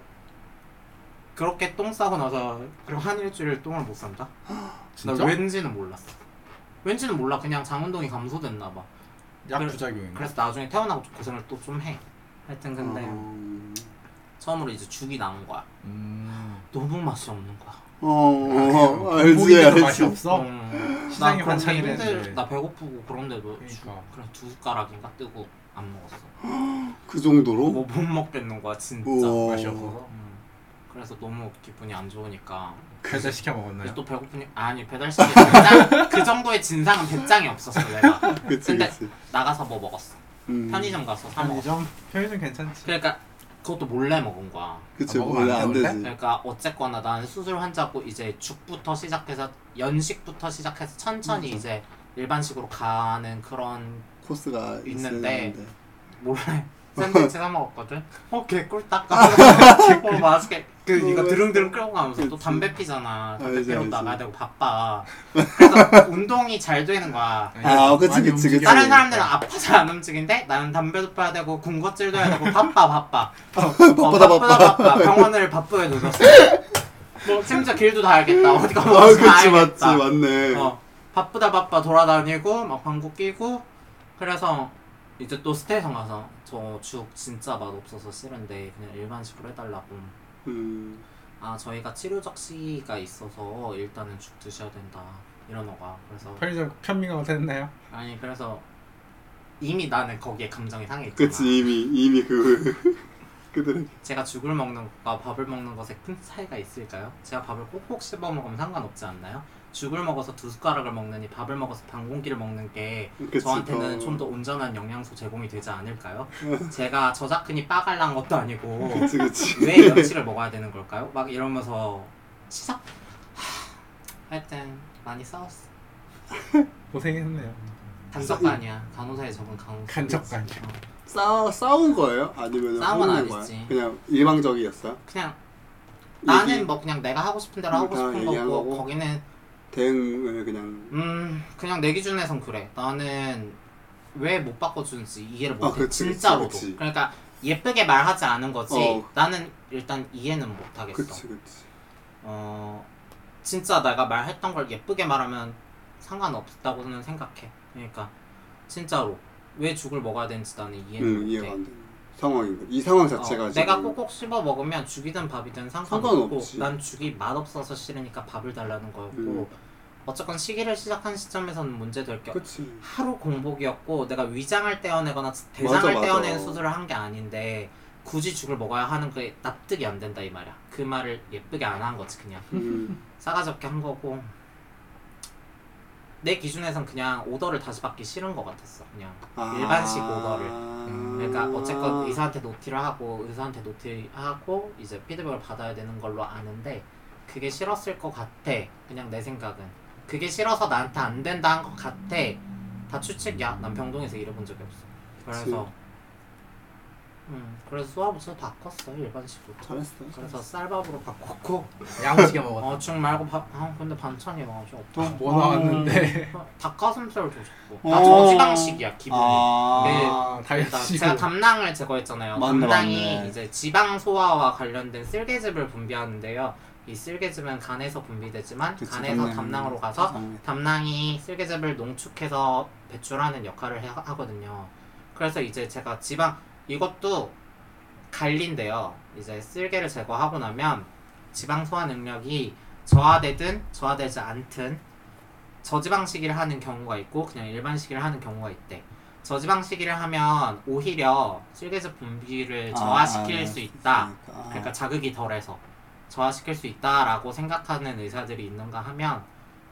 그렇게 똥 싸고 나서 그리고 한 일주일 똥을 못 산다?
진짜?
나 왠지는 몰랐어 왠지는 몰라 그냥 장운동이 감소됐나 봐
약
그래-
부작용인가?
그래서 나중에 태어나고 좀 고생을 또 좀 해 하여튼 근데
어.
처음으로 이제 죽이 나온 거야.
음. 아,
너무 맛이 없는 거야.
어,
그
어, 알지,
공복인데도 뭐 맛이
알지.
없어?
음.
시장에
나
반찬이
그런데
되는데.
나 배고프고 그런데도
그러니까.
주- 그냥 두 숟가락인가 뜨고 안 먹었어.
그 정도로?
뭐 못 먹겠는 거야 진짜.
우와.
맛이 없어서.
음. 그래서 너무 기분이 안 좋으니까
배달 시켜
그래서
먹었나요?
또 배고프니 아니 배달시키 배짱 그 정도의 진상은 배짱이 없었어 내가
그치,
근데-
그치.
나가서 뭐 먹었어
음.
편의점 가서 사 먹었어
편의점 괜찮지.
그러니까 그것도 몰래 먹은 거야
그치, 뭐,
아, 먹으면
원래
안
안
돼,
되지.
그러니까 어쨌거나 나는 수술 환자고 이제 죽부터 시작해서 연식부터 시작해서 천천히
맞아.
이제 일반식으로 가는 그런
코스가
있는데.
있는데.
몰래 샌드위치 사 먹었거든. 어 개꿀딱. 어 맛있게. 그 이거 드릉드릉 끌고 가면서 또
그치.
담배 피잖아. 담배
알지,
피러
알지.
나가야 되고 바빠. 그래서 운동이 잘 되는 거야.
아, 그치,
많이
그치,
움직여야
그치.
다른
되니까.
사람들은 아파서 안 움직인데 나는 담배도 펴야 되고 군것질도 해야 되고 바빠 바빠. 어, 바쁘다
바쁘다, 바빠.
바빠. 병원을 바쁘게 누렸어. 뭐 심지어 길도 다 알겠다. 어디가
아,
뭔지 다
그치, 맞지,
알겠다.
맞네.
어, 바쁘다 바빠 돌아다니고 막 광고 끼고 그래서 이제 또 스테이션 가서 저 죽 진짜 맛없어서 싫은데 그냥 일반식으로 해달라고
음.
아 저희가 치료적 시기가 있어서 일단은 죽 드셔야 된다 이런어가 그래서
편의점 편민감을 했나요?
아니 그래서 이미 나는 거기에 감정이 상해있잖아
그치 이미 이미 그 그들은
제가 죽을 먹는 것과 밥을 먹는 것에 큰 차이가 있을까요? 제가 밥을 꼭꼭 씹어 먹으면 상관없지 않나요? 죽을 먹어서 두 숟가락을 먹느니 밥을 먹어서 반 공기를 먹는 게
그치 어.
저한테는
더-
좀 더 온전한 영양소 제공이 되지 않을까요? 제가 저작근이 빠갈란 것도 아니고
그치 그치
왜 멸치를 먹어야 되는 걸까요? 막 이러면서 치사 하, 하여튼 많이 싸웠어
아,
고생했네요.
간접관이야 간호사에 적은 간호사
간접관.
어.
싸 싸운 거예요? 아니면
싸움은
혼낸 거야?
아니지.
그냥 일방적이었어?
그냥 나는
얘기,
뭐 그냥 내가 하고 싶은 대로 하고
그냥
싶은
얘기한
거고
거고.
거기는
대응을 그냥
음 그냥 내 기준에선 그래 나는 왜 못 바꿔주는지 이해를
아,
못해
그치, 그치,
진짜로도
그치.
그러니까 예쁘게 말하지 않은 거지
어.
나는 일단 이해는 못하겠어
그치 그치
어 진짜 내가 말했던 걸 예쁘게 말하면 상관없다고는 생각해. 그러니까 진짜로 왜 죽을 먹어야 되는지 나는 이해는
응
못해.
이해가 안 되는 상황인 거지 이 상황 자체가
어,
지금
내가 꼭꼭 씹어 먹으면 죽이든 밥이든 상관없고
상관없지.
난 죽이 맛없어서 싫으니까 밥을 달라는 거였고
음.
어쨌건 시기를 시작한 시점에서는 문제될 게
그치
하루 공복이었고 내가 위장을 떼어내거나 대장을
맞아, 맞아.
떼어내는 수술을 한 게 아닌데 굳이 죽을 먹어야 하는 게 납득이 안 된다 이 말이야 그 말을 예쁘게 안 한 거지 그냥
음,
싸가지 없게 한 거고 내 기준에선 그냥 오더를 다시 받기 싫은 것 같았어 그냥
아.
일반식 오더를
음,
그러니까 어쨌건 의사한테 노티를 하고 의사한테 노티하고 이제 피드백을 받아야 되는 걸로 아는데 그게 싫었을 것 같아 그냥 내 생각은 그게 싫어서 나한테 안 된다 한 것 같아 다 추측이야 난 병동에서 일해본 적이 없어 그래서
그치.
음 그래서 수화부터 바꿨어 일반식으로
잘했어 뭐?
그래서 쌀밥으로 바꿨고
야무지게 먹었다.
어, 죽 말고 밥, 아, 근데 반찬이 와가지고 없다.
어, 돈뭐 나왔는데.
어, 닭가슴살 조졌고.
어.
나 저지방식이야, 기분이. 네.
아,
아 다이어트
나-
시고.
제가 담낭을 제거했잖아요.
맞네,
담낭이
맞네.
이제 지방 소화와 관련된 쓸개즙을 분비하는데요. 이 쓸개즙은 간에서 분비되지만
그치,
간에서
담낭.
담낭으로 가서
음.
담낭이 쓸개즙을 농축해서 배출하는 역할을 해- 하거든요. 그래서 이제 제가 지방 이것도 갈린데요. 이제 쓸개를 제거하고 나면 지방 소화 능력이 저하되든 저하되지 않든 저지방 식이를 하는 경우가 있고 그냥 일반 식이를 하는 경우가 있대. 저지방 식이를 하면 오히려 쓸개즙 분비를 저하시킬
아, 아,
수 있다.
아.
그러니까 자극이 덜해서 저하시킬 수 있다라고 생각하는 의사들이 있는가 하면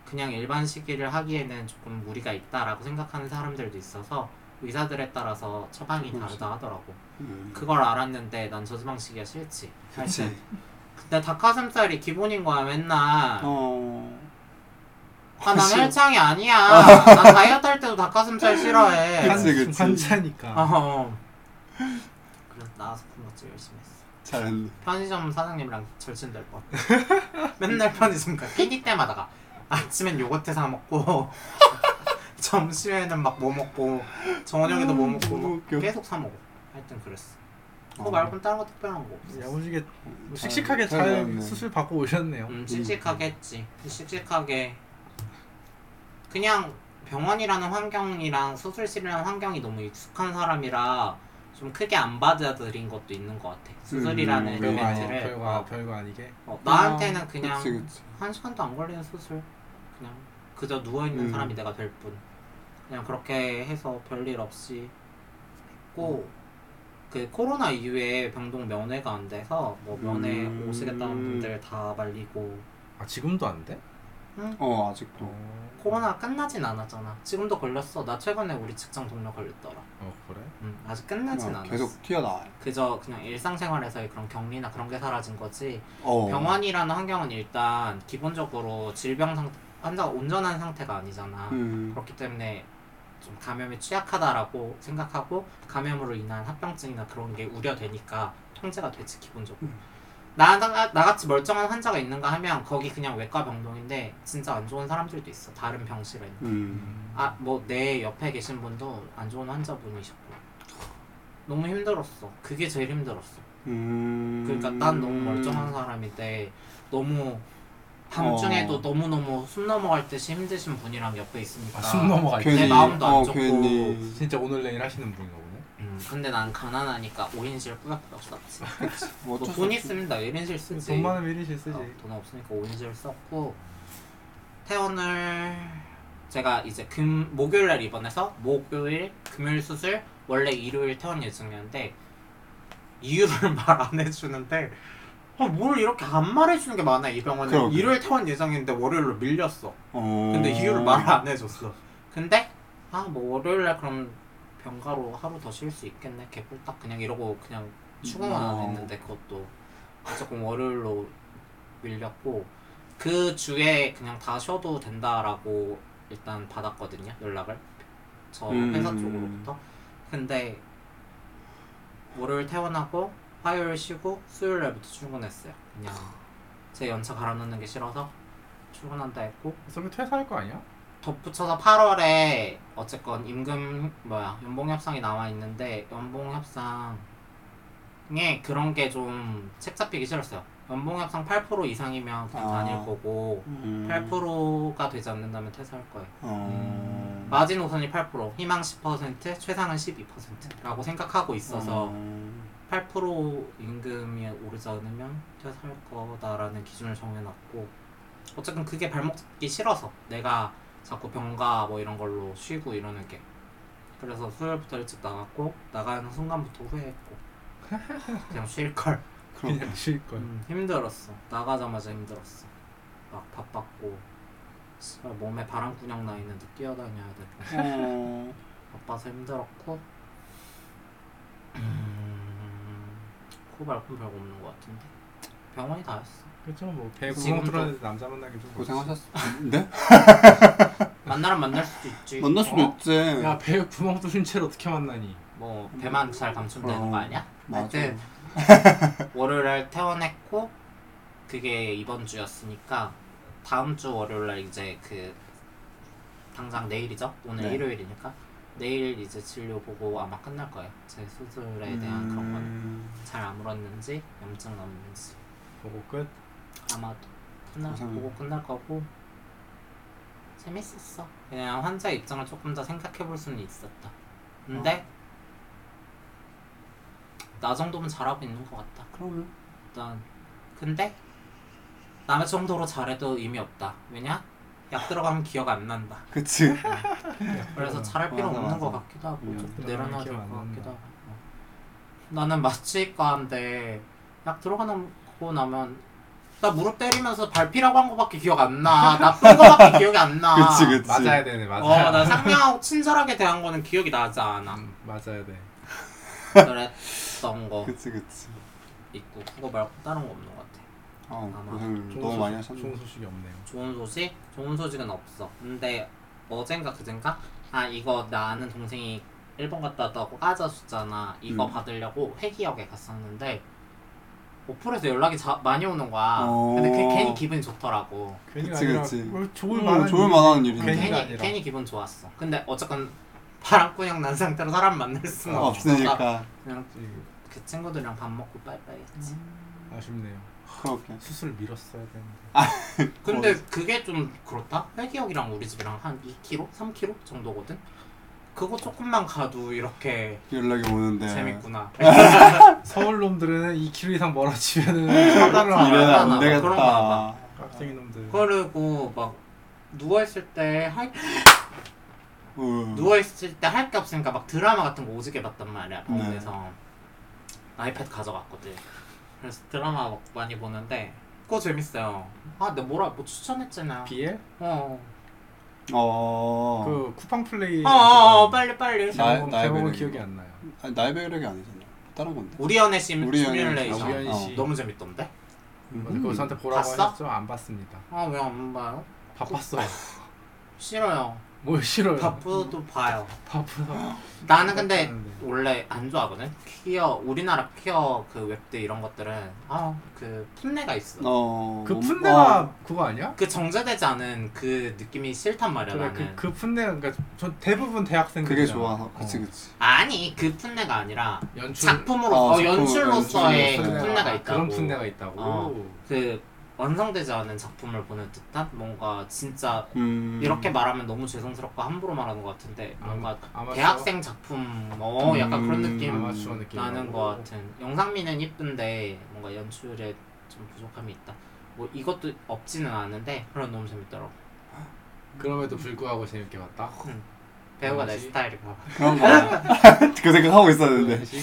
그냥 일반 식이를 하기에는 조금 무리가 있다라고 생각하는 사람들도 있어서 의사들에 따라서 처방이
그렇지.
다르다 하더라고.
음.
그걸 알았는데 난 저지방 식이가 싫지.
그치
근데 닭가슴살이 기본인 거야 맨날.
어
아, 난
그치.
혈창이 아니야. 난 다이어트 할 때도 닭가슴살 싫어해.
그치,
한-
그치.
환자니까.
어. 그래서 나와서 군것질 열심히 했어.
잘했네
편의점 사장님이랑 절친될 뻔. 맨날 편의점 가. PD 때마다 가. 아침엔 요거트 사 먹고 점심에는 막 뭐 먹고 저녁에도 뭐 먹고
너무
막
웃겨.
계속 사 먹어. 하여튼 그랬어. 그거
어.
말고는 다른 거 특별한 거 없어.
야무지게 뭐, 씩씩하게
잘
잘
나왔네.
수술 받고 오셨네요.
음, 씩씩하게 했지. 씩씩하게 그냥 병원이라는 환경이랑 수술실이라는 환경이 너무 익숙한 사람이라 좀 크게 안 받아들인 것도 있는 것 같아. 수술이라는
음,
별거 아니
이벤트를
별거
어,
별거 아니게.
어, 나한테는 그냥
그치 그치
한 시간도 안 걸리는 수술 그냥 그저 누워있는
음.
사람이 내가 될 뿐 그냥 그렇게 해서 별일 없이 했고
음.
그 코로나 이후에 병동 면회가 안 돼서 뭐 면회
음.
오시겠다는 분들 다 말리고
아 지금도 안 돼?
어 아직도
어.
코로나 끝나진 않았잖아 지금도 걸렸어 나 최근에 우리 직장 동료 걸렸더라
어 그래?
음, 아직 끝나진
그냥
않았어
계속 튀어나와요
그저 그냥 일상생활에서의 그런 격리나 그런 게 사라진 거지
어.
병원이라는 환경은 일단 기본적으로 질병 상태 환자가 온전한 상태가 아니잖아
음.
그렇기 때문에 좀 감염에 취약하다라고 생각하고 감염으로 인한 합병증이나 그런 게 우려되니까 통제가 되지 기본적으로
음.
나, 나, 나같이 멀쩡한 환자가 있는가 하면 거기 그냥 외과 병동인데 진짜 안 좋은 사람들도 있어 다른 병실에
음.
아 뭐 내 옆에 계신 분도 안 좋은 환자분이셨고 너무 힘들었어 그게 제일 힘들었어
음.
그러니까 난 너무 멀쩡한 사람인데 너무 밤중에도
어.
너무너무 숨 넘어갈 듯이 힘드신 분이랑 옆에 있으니까
아, 숨 넘어가.
괜히,
있네.
내 마음도 안
어,
좋고.
괜히.
진짜 오늘 내일 하시는 분인가 보네.
음, 근데 난 가난하니까 5인실 꾸역꾸역 썼지.
뭐 어쩔 수
뭐돈
없지.
있으면 나 1인실 쓰지.
돈 많으면 일이 실쓰지.
어, 돈 없으니까 5인실 썼고 퇴원을 제가 이제 금 목요일 날 입원해서 목요일 금요일 수술 원래 일요일 퇴원 예정이었는데 이유를 말 안 해주는데 아, 뭘 이렇게 안 말해주는 게 많아 이 병원은
그러게.
일요일 퇴원 예정인데 월요일로 밀렸어
어.
근데 이유를 말 안 해줬어 근데 아 뭐 월요일 날 그럼 병가로 하루 더 쉴 수 있겠네 개뿔딱 그냥 이러고 그냥 추궁만
어.
했는데 그것도 무조건 월요일로 밀렸고 그 주에 그냥 다 쉬어도 된다라고 일단 받았거든요 연락을 저
음.
회사 쪽으로부터 근데 월요일 퇴원하고 화요일 쉬고 수요일 날부터 출근했어요 그냥 제 연차 갈아넣는 게 싫어서 출근한다 했고
그러면 퇴사할 거 아니야?
덧붙여서 8월에 어쨌건 임금 뭐야 연봉 협상이 나와 있는데 연봉 협상에 그런 게 좀 책 잡히기 싫었어요. 연봉 협상 8% 이상이면 그냥
아.
다닐 거고
음.
8%가 되지 않는다면 퇴사할 거예요.
어.
마지노선이 8%, 희망 10%, 최상은 12%라고 생각하고 있어서
어.
8% 임금이 오르지 않으면 퇴사할 거다라는 기준을 정해놨고 어쨌든 그게 발목 잡기 싫어서 내가 자꾸 병가 뭐 이런 걸로 쉬고 이러는 게 그래서 수요일부터 일찍 나갔고 나가는 순간부터 후회했고 그냥 쉴걸
그럼
그냥 쉴 걸.
음, 힘들었어 나가자마자 힘들었어 막 밥 받고 씨발 몸에 바람구녕 나 있는데 뛰어다녀야 되고
어.
바빠서 힘들었고 음, 코 말고 별거 없는 것 같은데 병원이 다였어
그렇죠 뭐 배구멍
지금도-
뚫었는데 남자 만나기 좀
고생하셨어. 네?
만나면 만날 수도 있지
만날 수도
어?
있지.
그렇지. 야 배구 구멍 뚫린 채로 어떻게 만나니?
뭐 배만 잘 감추면 되는 거 아니야?
어, 맞아.
하여튼 월요일 날 퇴원했고 그게 이번 주였으니까 다음 주 월요일 날 이제 그 당장 내일이죠? 오늘
네.
일요일이니까 내일 이제 진료 보고 아마 끝날 거예요 제 수술에 대한 그런 건
음.
잘 안 물었는지 염증 남는지
보고 끝.
아마도 끝날
우선-
보고 끝날 거고 재밌었어. 그냥 환자 입장을 조금 더 생각해 볼 수는 있었다. 근데
어.
나 정도면 잘하고 있는 것 같다.
그러면
일단 근데 나 정도로 잘해도 의미 없다. 왜냐? 약 들어가면 기억 안 난다.
그치.
그래서 잘할 필요
어, 맞아,
없는
맞아. 음,
것 같기도 하고
약
좀
들어가면
내려놔야
기억
될
안
것 같기도
난다.
하고 어. 나는 마취과인데 약 들어가고 나면 나 무릎 때리면서 발피라고 한 거밖에 기억 안나 나쁜 거밖에 기억이 안나
그치 그치.
맞아야 되네 맞아야.
어나 상냥하고 친절하게 대한 거는 기억이 나지 않아
음, 맞아야 돼.
그랬던 거
그치 그치.
있고 그거 말고 다른 거 없는 것 같아
어,
아마
고생
좋은
너무 많이
소식-
하셨네.
좋은 소식이 없네요.
좋은 소식? 좋은 소식은 없어. 근데 어젠가 그젠가 아 이거 나 아는 동생이 일본 갔다 왔다고 까져줬잖아. 이거
음.
받으려고 회기역에 갔었는데 오프에서 연락이 자, 많이 오는 거야.
어.
근데 그게 괜히 기분이 좋더라고.
괜히
그치,
아니라
그치.
뭘
음,
좋을 만한
좋을
일이-
만한 일인데.
괜히가
괜히
아니라.
괜히 기분 좋았어. 근데 어쨌건 바람꾸냥 난 상태로 사람 만날 수는
어,
없으니까
없으니까
그냥
지금
그 친구들이랑 밥 먹고 빠이빠이 했지.
아쉽네요.
그렇게.
수술 미뤘어야 되는데.
아! 어,
근데 그게 좀 그렇다? 회기역이랑 우리 집이랑 한 2km? 3km 정도거든? 그거 조금만 가도 이렇게
연락이 오는데.
재밌구나.
서울 놈들은 2km 이상 멀어지면은 차단을
이래는
하나.
미안하다.
안
봐, 아, 그런 거
되겠다.
봐.
깍쟁이 놈들.
그리고 막 누워있을 때 할,
응.
누워있을 때 할 게 없으니까 막 드라마 같은 거 오지게 봤단
네.
말이야, 병원에서. 아이패드 가져갔거든. 그래서 드라마 막 많이 보는데 그거 재밌어요. 아, 내가 뭐라, 뭐 추천했잖아.
BL?
어.
어.
그 쿠팡 플레이.
어, 어, 어, 빨리, 빨리.
나-
제목은,
나의
제목은
매력이.
기억이 안 나요.
아니, 나의 배려이 아니잖아. 다른 건데.
우리 연애 심,
우리 연애
시뮬레이션. 어,
심.
우연 씨.
너무 재밌던데?
음.
음.
맞아, 그거 저한테 보라고
봤어?
하셨죠? 안 봤습니다.
아 왜 안 봐요?
바빴어.
싫어요.
뭘 싫어요?
바쁘도 봐요.
바쁘다.
어,
나는 근데
바쁘는데.
원래 안 좋아하거든. 퀴어 우리나라 퀴어 그 웹드 이런 것들은 아그 풋내가 있어.
어.
그
뭐,
푼내가
어,
그거 아니야?
그 정제되지 않은 그 느낌이 싫단 말이야
그래
나는.
그그 푼내가 그러니까 저 대부분 대학생들
그게 좋아서.
어.
그치 그치.
아니 그 풋내가 아니라
연출
작품으로
어,
어,
작품,
연출로서의 그
연출로서의
풋내가
아,
있다고.
그런 푼내가 있다고.
어. 그 완성되지 않은 작품을 보는 듯한 뭔가 진짜
음.
이렇게 말하면 너무 죄송스럽고 함부로 말하는 것 같은데 뭔가
아마
대학생 작품 어 약간 그런 느낌
아마추어 느낌
나는 뭐 것 같은 영상미는 이쁜데 뭔가 연출에 좀 부족함이 있다 뭐 이것도 없지는 않은데 그런 너무 재밌더라고
그럼에도 불구하고 재밌게 봤다.
배우가 내
뭐지?
스타일이고
그런 거그 생각하고 있었는데
뭐지? 네.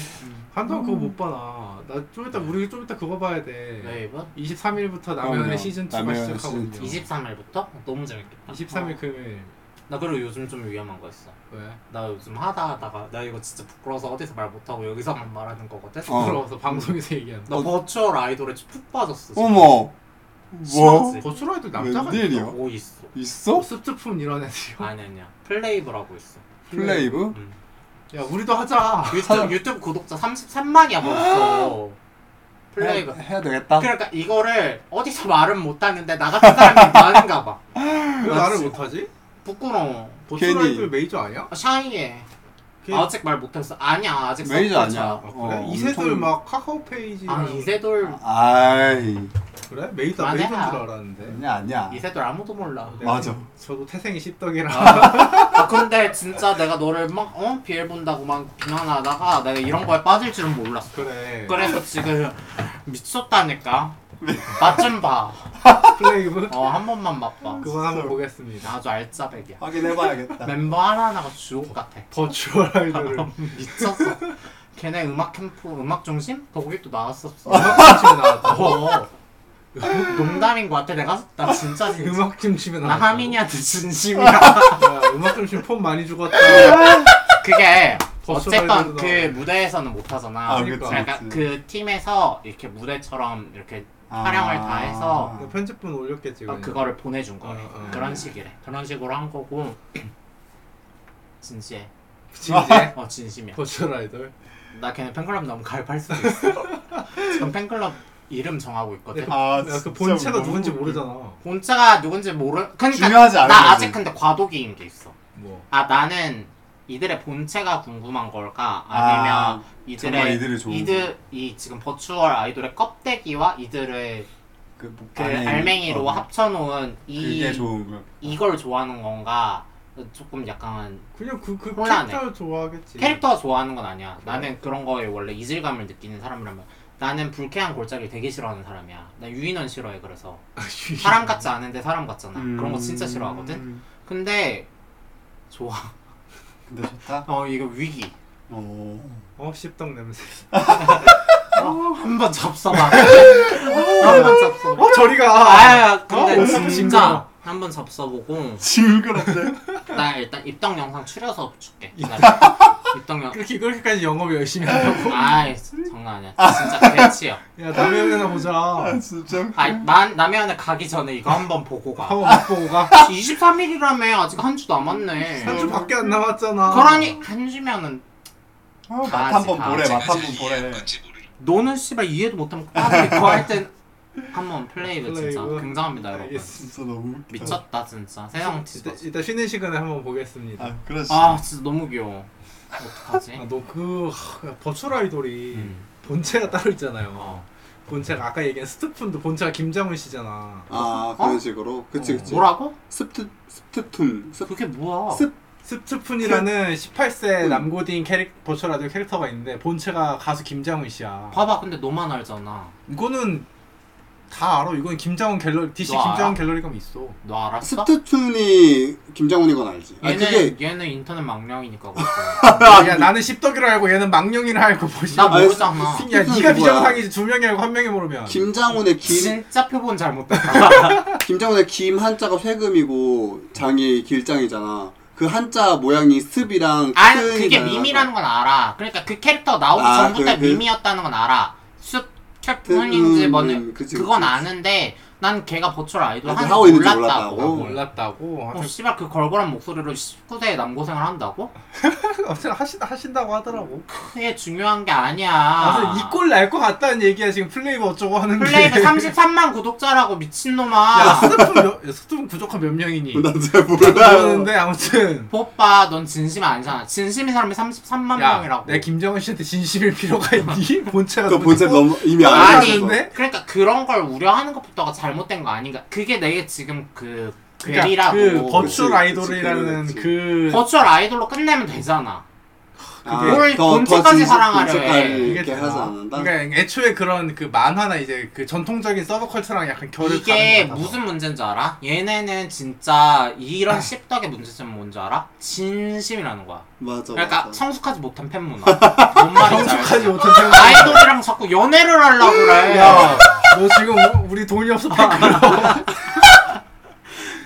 한동안 그거 못 봐나. 나 좀
네.
이따 우리 좀 이따 그거 봐야 돼.
웨이브
23일부터
그럼요.
남해연의 시즌 2가
남해연의
시작하거든요.
시즌
23일부터? 너무 재밌겠다
23일
어.
금요일.
나 그리고 요즘 좀 위험한 거 있어
왜?
나 요즘 하다 하다가 나 이거 진짜 부끄러워서 어디서 말 못하고 여기서만 말하는 거거든
어.
부끄러워서 방송에서 얘기하는.
나 버추얼 아이돌에 푹 빠졌어 지금.
어머 뭐
심하지?
버추라이도 남자가
웬일이야
있어?
뭐 있어
있어
스트푼 이런 애들이요.
아니 아니야 플레이브라고 있어
플레이브 아,
음.
야 우리도 하자.
유튜브, 유튜브 구독자 33만이야 벌써 플레이브
해야, 해야 되겠다
그러니까 이거를 어디서 말은 못하는데 나 같은 사람이 많은가 봐
왜 나를 못하지?
부끄러워
버추라이도 메이저 아니야?
샤이해
걔-
아직 말 못했어 아니야 아직
메이저
서포터야.
아니야
아, 그래?
어,
이세돌
엄청-
막 카카오 페이지.
아 이세돌
아이
그래? 메이저
맞아.
메이저인 줄 알았는데.
아니야 아니야
이세돌 아무도 몰라
맞아.
저도 태생이 씹덕이라.
아 근데 진짜 내가 너를 막 어? 비엘 본다고 막 비난하다가 내가 이런 거에 빠질 줄은 몰랐어
그래.
그래서 지금 미쳤다니까 맛좀봐
플레이브.
어 한 번만 맛봐
그거
어.
한번 보겠습니다.
아주 알짜배기야
확인해봐야겠다
멤버 하나하나가 주옥 같아
버추얼 아이돌을
미쳤어 걔네 음악 캠프 음악 중심? 거기 또 나왔었어
음악팀에 나왔다고.
어. 농담인 것 같아 내가 나 진짜 진짜
음악팀 치면
나
나왔다고.
하민이한테 진심이야
야, 음악팀 치면 폰 많이 죽었다.
아. 그게
버스
어쨌건
라이더도
그 무대에서는 못 하잖아
아,
그
그치,
그러니까
그치.
그 팀에서 이렇게 무대처럼 이렇게 활용을
아.
다 해서
그 편집분 올렸겠지.
어,
그냥.
그거를 보내준 거래
어, 어.
그런 식이래 그런 식으로 한 거고 진지해
진지해.
어 진심이야
버추얼 아이돌.
그-
나 걔네 팬클럽 너무 가입할 수도 있어 지금 팬클럽 이름 정하고 있거든
아,
야,
진짜
그 본체가
너무
누군지
웃겨.
모르잖아.
본자가 누군지 모르 그러니까
중요하지 않은
나
거지.
아직 근데 과도기인 게 있어
뭐.
아 나는 이들의 본체가 궁금한 걸까 아니면
아, 정말
이들의
이들이 좋은
이들 이 지금 버추얼 아이돌의 껍데기와 이들을
그, 뭐,
그
안에
알맹이로
어,
합쳐놓은
그게
이
좋은 거
이걸 좋아하는 건가 조금 약간
음.
그냥 그, 그
혼란해.
캐릭터를 좋아하겠지.
캐릭터 좋아하는 건 아니야 나는 그런 거에 원래 이질감을 느끼는 사람이라면 나는 불쾌한 골짜기 되게 싫어하는 사람이야 나 유인원 싫어해 그래서
아,
사람 같지 않은데 사람 같잖아
음.
그런 거 진짜 싫어하거든 근데 좋아
근데 좋다
어 이거 위기
어.
어, 씹덕 냄새.
어? 한번 잡숴봐. 한번 잡숴.
어, 저리가.
아, 근데
어,
진짜
징그러워.
한번 잡숴보고
징그럽네
나 일단 입덕 영상 추려서 줄게. 기다려. 입덕 영.
그렇게, 그렇게까지 영업 열심히 하고.
아이 장난 아니야. 진짜 개치야.
야, 남의 연애나 보자.
아, 진짜
아만 남해안에 가기 전에 이거 한번 보고 가.
한번 맛보고 가.
23일이라며 아직 한 주 아, 남았네.
한 주 밖에 안 남았잖아.
그러니 한 주면은
어, 맛
가지,
한 번
가지.
보래 맛 한 번 보래
너는 씨발 이해도 못하면 빠르게 거할땐 한번 플레이를 진짜
플레이브.
굉장합니다 여러분.
알겠어.
진짜 너무 웃기다
미쳤다 진짜. 세상 뒤집어.
일단, 일단 쉬는 시간에 한번 보겠습니다.
아 그렇지
아 진짜 너무 귀여워. 어떡하지?
아, 너그 버추얼 아이돌이
음.
본체가 따로 있잖아요.
어.
본체가 아까 얘기한 스트푼도 본체가 김장훈 씨잖아.
아
어?
그런 식으로 그치
어.
그치
뭐라고?
스프트 스프툰 스
그게 뭐야?
습-
스트푼이라는
네.
18세
음.
남고딩 캐릭 버추얼 아이돌 캐릭터가 있는데 본체가 가수 김장훈 씨야.
봐봐 근데 너만 알잖아.
이거는 다 알아. 이건 김장훈 갤러리 DC
너 알아?
김장훈 갤러리가 있어.
너 알았어?
스프툰이 김정훈인 건 알지 아
얘는
그게
얘는 인터넷 망령이니까 그렇고.
야 나는 씹덕이라 알고 얘는 망령이라 알고 보시.
아, 나
야
뭐-
모르잖아.
아니,
네가
스트푼이 뭐야?
비정상이지 두 명이 알고 한 명이 모르면.
김장훈의 김
진짜 표본 잘못됐다.
김정은의 김 한자가 쇠금이고 장이 길장이잖아. 그 한자 모양이 습이랑
아
큰이
그게
나요.
미미라는 건 알아. 그러니까 그 캐릭터 나오기
아,
전부터
그- 그-
미미였다는 건 알아. 숲 캡틴인지
음,
뭐는
그치,
그건
그치.
아는데 난 걔가 버추얼 아이돌
근데
하는
하고
줄
있는지
몰랐다고.
몰랐다고.
아, 몰랐다고.
어 씨발 그 걸걸한 목소리로 19대에 남고생을 한다고?
아무튼 하신 하신다고 하더라고.
크게 중요한 게
아,
아니야.
이꼴 날 것 같다는 얘기야 지금 플레이브 어쩌고 하는 게.
플레이브 33만 구독자라고
네. 야
미친놈아.
스태프 몇, 스태프 부족한 몇 명이니?
난잘 몰라.
모르는데 아무튼
오빠 넌 진심 아니잖아. 진심인 사람이 33만
야,
명이라고.
내 김정은 씨한테 진심일 필요가 있니? 본체가 뭐
또그 본체 뭐-
누구고?
너무 이미
아니,
알고 있어.
근데?
그러니까 그런 걸 우려하는 것부터가 잘못된 거 아닌가. 그게 내게 지금 그 괴리라고.
그러니까 그 버추얼
그치, 그치,
아이돌이라는
그치.
그
버추얼 아이돌로 끝내면 되잖아.
그게
뭘 본체까지 사랑하려 해.
본체까지 이렇게
되나?
하지 않는다.
그러니까 애초에 그런 그 만화나 이제 그 전통적인 서브컬처랑 약간 결을
이게
가는 것 같아서.
무슨 문제인 줄 알아? 얘네는 진짜
아.
이런 씹덕의 문제점은 뭔지 알아? 진심이라는 거야.
맞아.
그러니까
맞아.
성숙하지 못한 팬 문화. 뭔 말인지
성숙하지
알지?
못한 생각.
아이돌이랑 자꾸 연애를 하려고 그래.
야, 너 지금 우- 우리 돈이 없어 아, 팬클럽.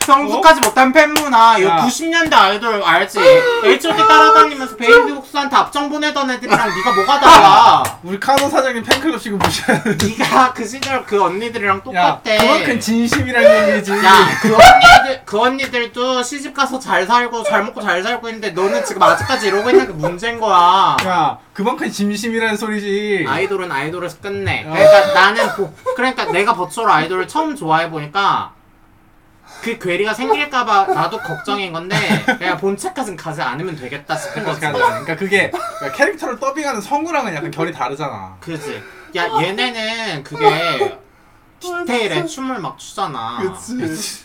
성숙하지 못한 팬 문화. 이
어? 야.
90년대 아이돌 알지? H.O.T
아.
따라다니면서 베이비 복수한테 앞장 보내던 애들이랑 네가 뭐가 달라?
우리 카노 사장님 팬클럽 지금 무시하는.
네가 그 시절 그 언니들이랑
야,
똑같아.
그만큼 진심이란 얘기지.
야, 그 언니들, 그 언니들도 시집 가서 잘 살고 잘 먹고 잘 살고 있는데 너는 지금 아직까지 이러고 있는 게 문제인 거야.
야, 그만큼 진심이란 소리지.
아이돌은 아이돌에서 끝내.
어.
그러니까 나는 보- 그러니까 내가 버추얼 아이돌을 처음 좋아해 보니까 그 괴리가 생길까봐 나도 걱정인 건데 그냥 본체까지는 가지 않으면 되겠다 싶은 거지.
그러니까 그러니까 그게 그러니까 캐릭터를 더빙하는 성우랑은 약간 결이 다르잖아.
그지. 야 얘네는 그게 디테일에 춤을 막 추잖아.
그치.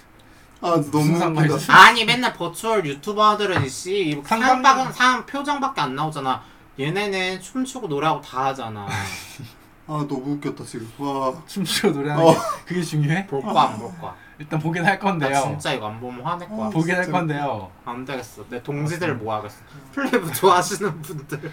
아
무슨
네. 너무
상관이지?
웃긴다.
아니 맨날 버추얼 유튜버들은 씨
상관없는-
상박은 상 표정밖에 안 나오잖아. 얘네는 춤추고 노래하고 다 하잖아.
아 너무 웃겼다 지금. 와.
춤추고 노래하는
어.
게 그게 중요해?
볼 거야 안 볼 거야.
일단 보긴 할
나
건데요. 어.
진짜 이거 안 보면 화낼 거야.
보긴 할
아, 진짜.
건데요.
안 되겠어. 내 동지들 모아야겠어. 플레이브 좋아하시는 분들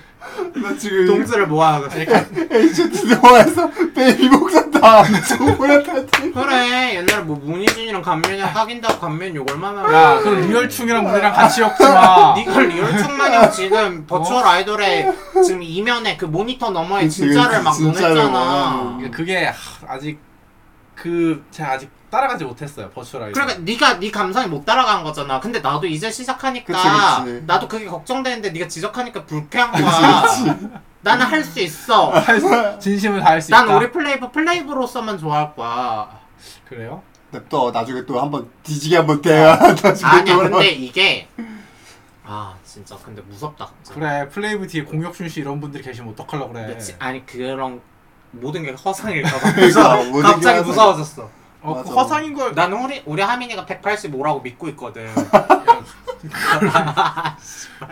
나 지금
동지를 모아야겠어.
H.O.T 영화에서 베이비 복사 다 정보야 다 돼.
그래 옛날에 뭐 문희준이랑 감면이랑 사귄다고 감면 욕 얼마나
야, 그럼 리얼충이랑 우리랑 같이 엮지 마.
니가 리얼충만이고 지금 버추얼 아이돌의 지금 이면에 그 모니터 너머에
그치,
진짜를 막
그치, 진짜를
어.
보냈잖아.
막.
그러니까 그게 하, 아직 그 제가 아직 따라가지 못했어요. 버추얼 아이돌.
그러니까 네가 네 감상이 못 따라간 거잖아. 근데 나도 이제 시작하니까
그치, 그치.
나도 그게 걱정되는데 네가 지적하니까 불쾌한 거야. 나는 할 수 있어.
아, 진심을 다할 수 있다.
난 우리 플레이브 플레이브로서만 좋아할 거야.
그래요?
냅둬 나중에 네, 또 한번 뒤지게 한번 대야 나중에
아니야
또
근데 이게 아 진짜 근데 무섭다 갑자기.
그래 플레이브 뒤에 공혁준 씨 이런 분들이 계시면 어떡하려고 그래.
근데 지- 아니 그런 모든 게 허상일까봐
그러니까, 모든 게
갑자기
허상.
무서워졌어.
어,
맞아.
그 허상인 걸
나는 우리 우리 하민이가 185라고 믿고 있거든.
야,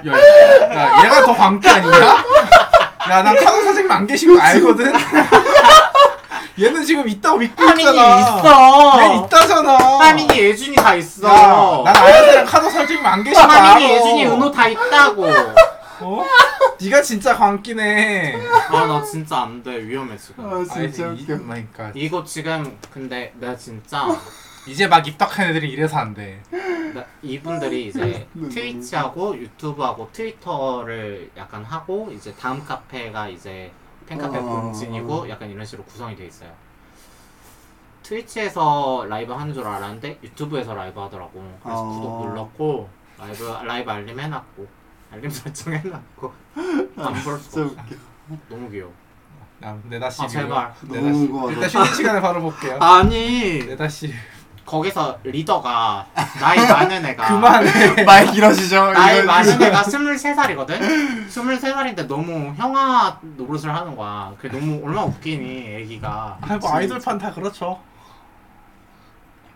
야, 얘가 더 광기 아니냐? 야, 난 카노 사장님 안 계신 거 알거든? 얘는 지금 있다고 믿고
하민이
있잖아. 얘
있어.
있다잖아.
하민이 예준이 다 있어.
야, 난 아야들랑 카노 사장님 안 계신 거 알아.
하민이 예준이 은호 다 있다고.
어? 네가 진짜 광기네.
아 나 진짜 안 돼 위험해 지금.
아 진짜
아이, 이-
웃겨.
그러니까
이거 지금 근데 나 진짜
이제 막 입덕한 애들이 이래서 안 돼.
나- 그러니까 이분들이 이제 트위치하고 유튜브하고 트위터를 약간 하고 이제 다음 카페가 이제 팬카페
어.
본진이고 약간 이런 식으로 구성이 돼 있어요. 트위치에서 라이브 하는 줄 알았는데 유튜브에서 라이브 하더라고. 그래서
어.
구독 눌렀고 라이브 라이브 알림 해놨고 알림 설정 해놨고 안 볼
진짜
수가 없어.
웃겨.
너무 귀여워.
아, 내다시.
아 제발.
내다시.
너무 궁금하다.
일단 쉬는 시간에 바로 볼게요.
아니
내다시.
거기서 리더가 나이 많은 애가
그만해.
말 길어지죠.
나이
이거-
많은 애가 23살이거든? 23살인데 너무 형아 노릇을 하는 거야. 그게 너무 얼마나 웃기니, 애기가.
아, 뭐 아이돌판 다 그렇죠.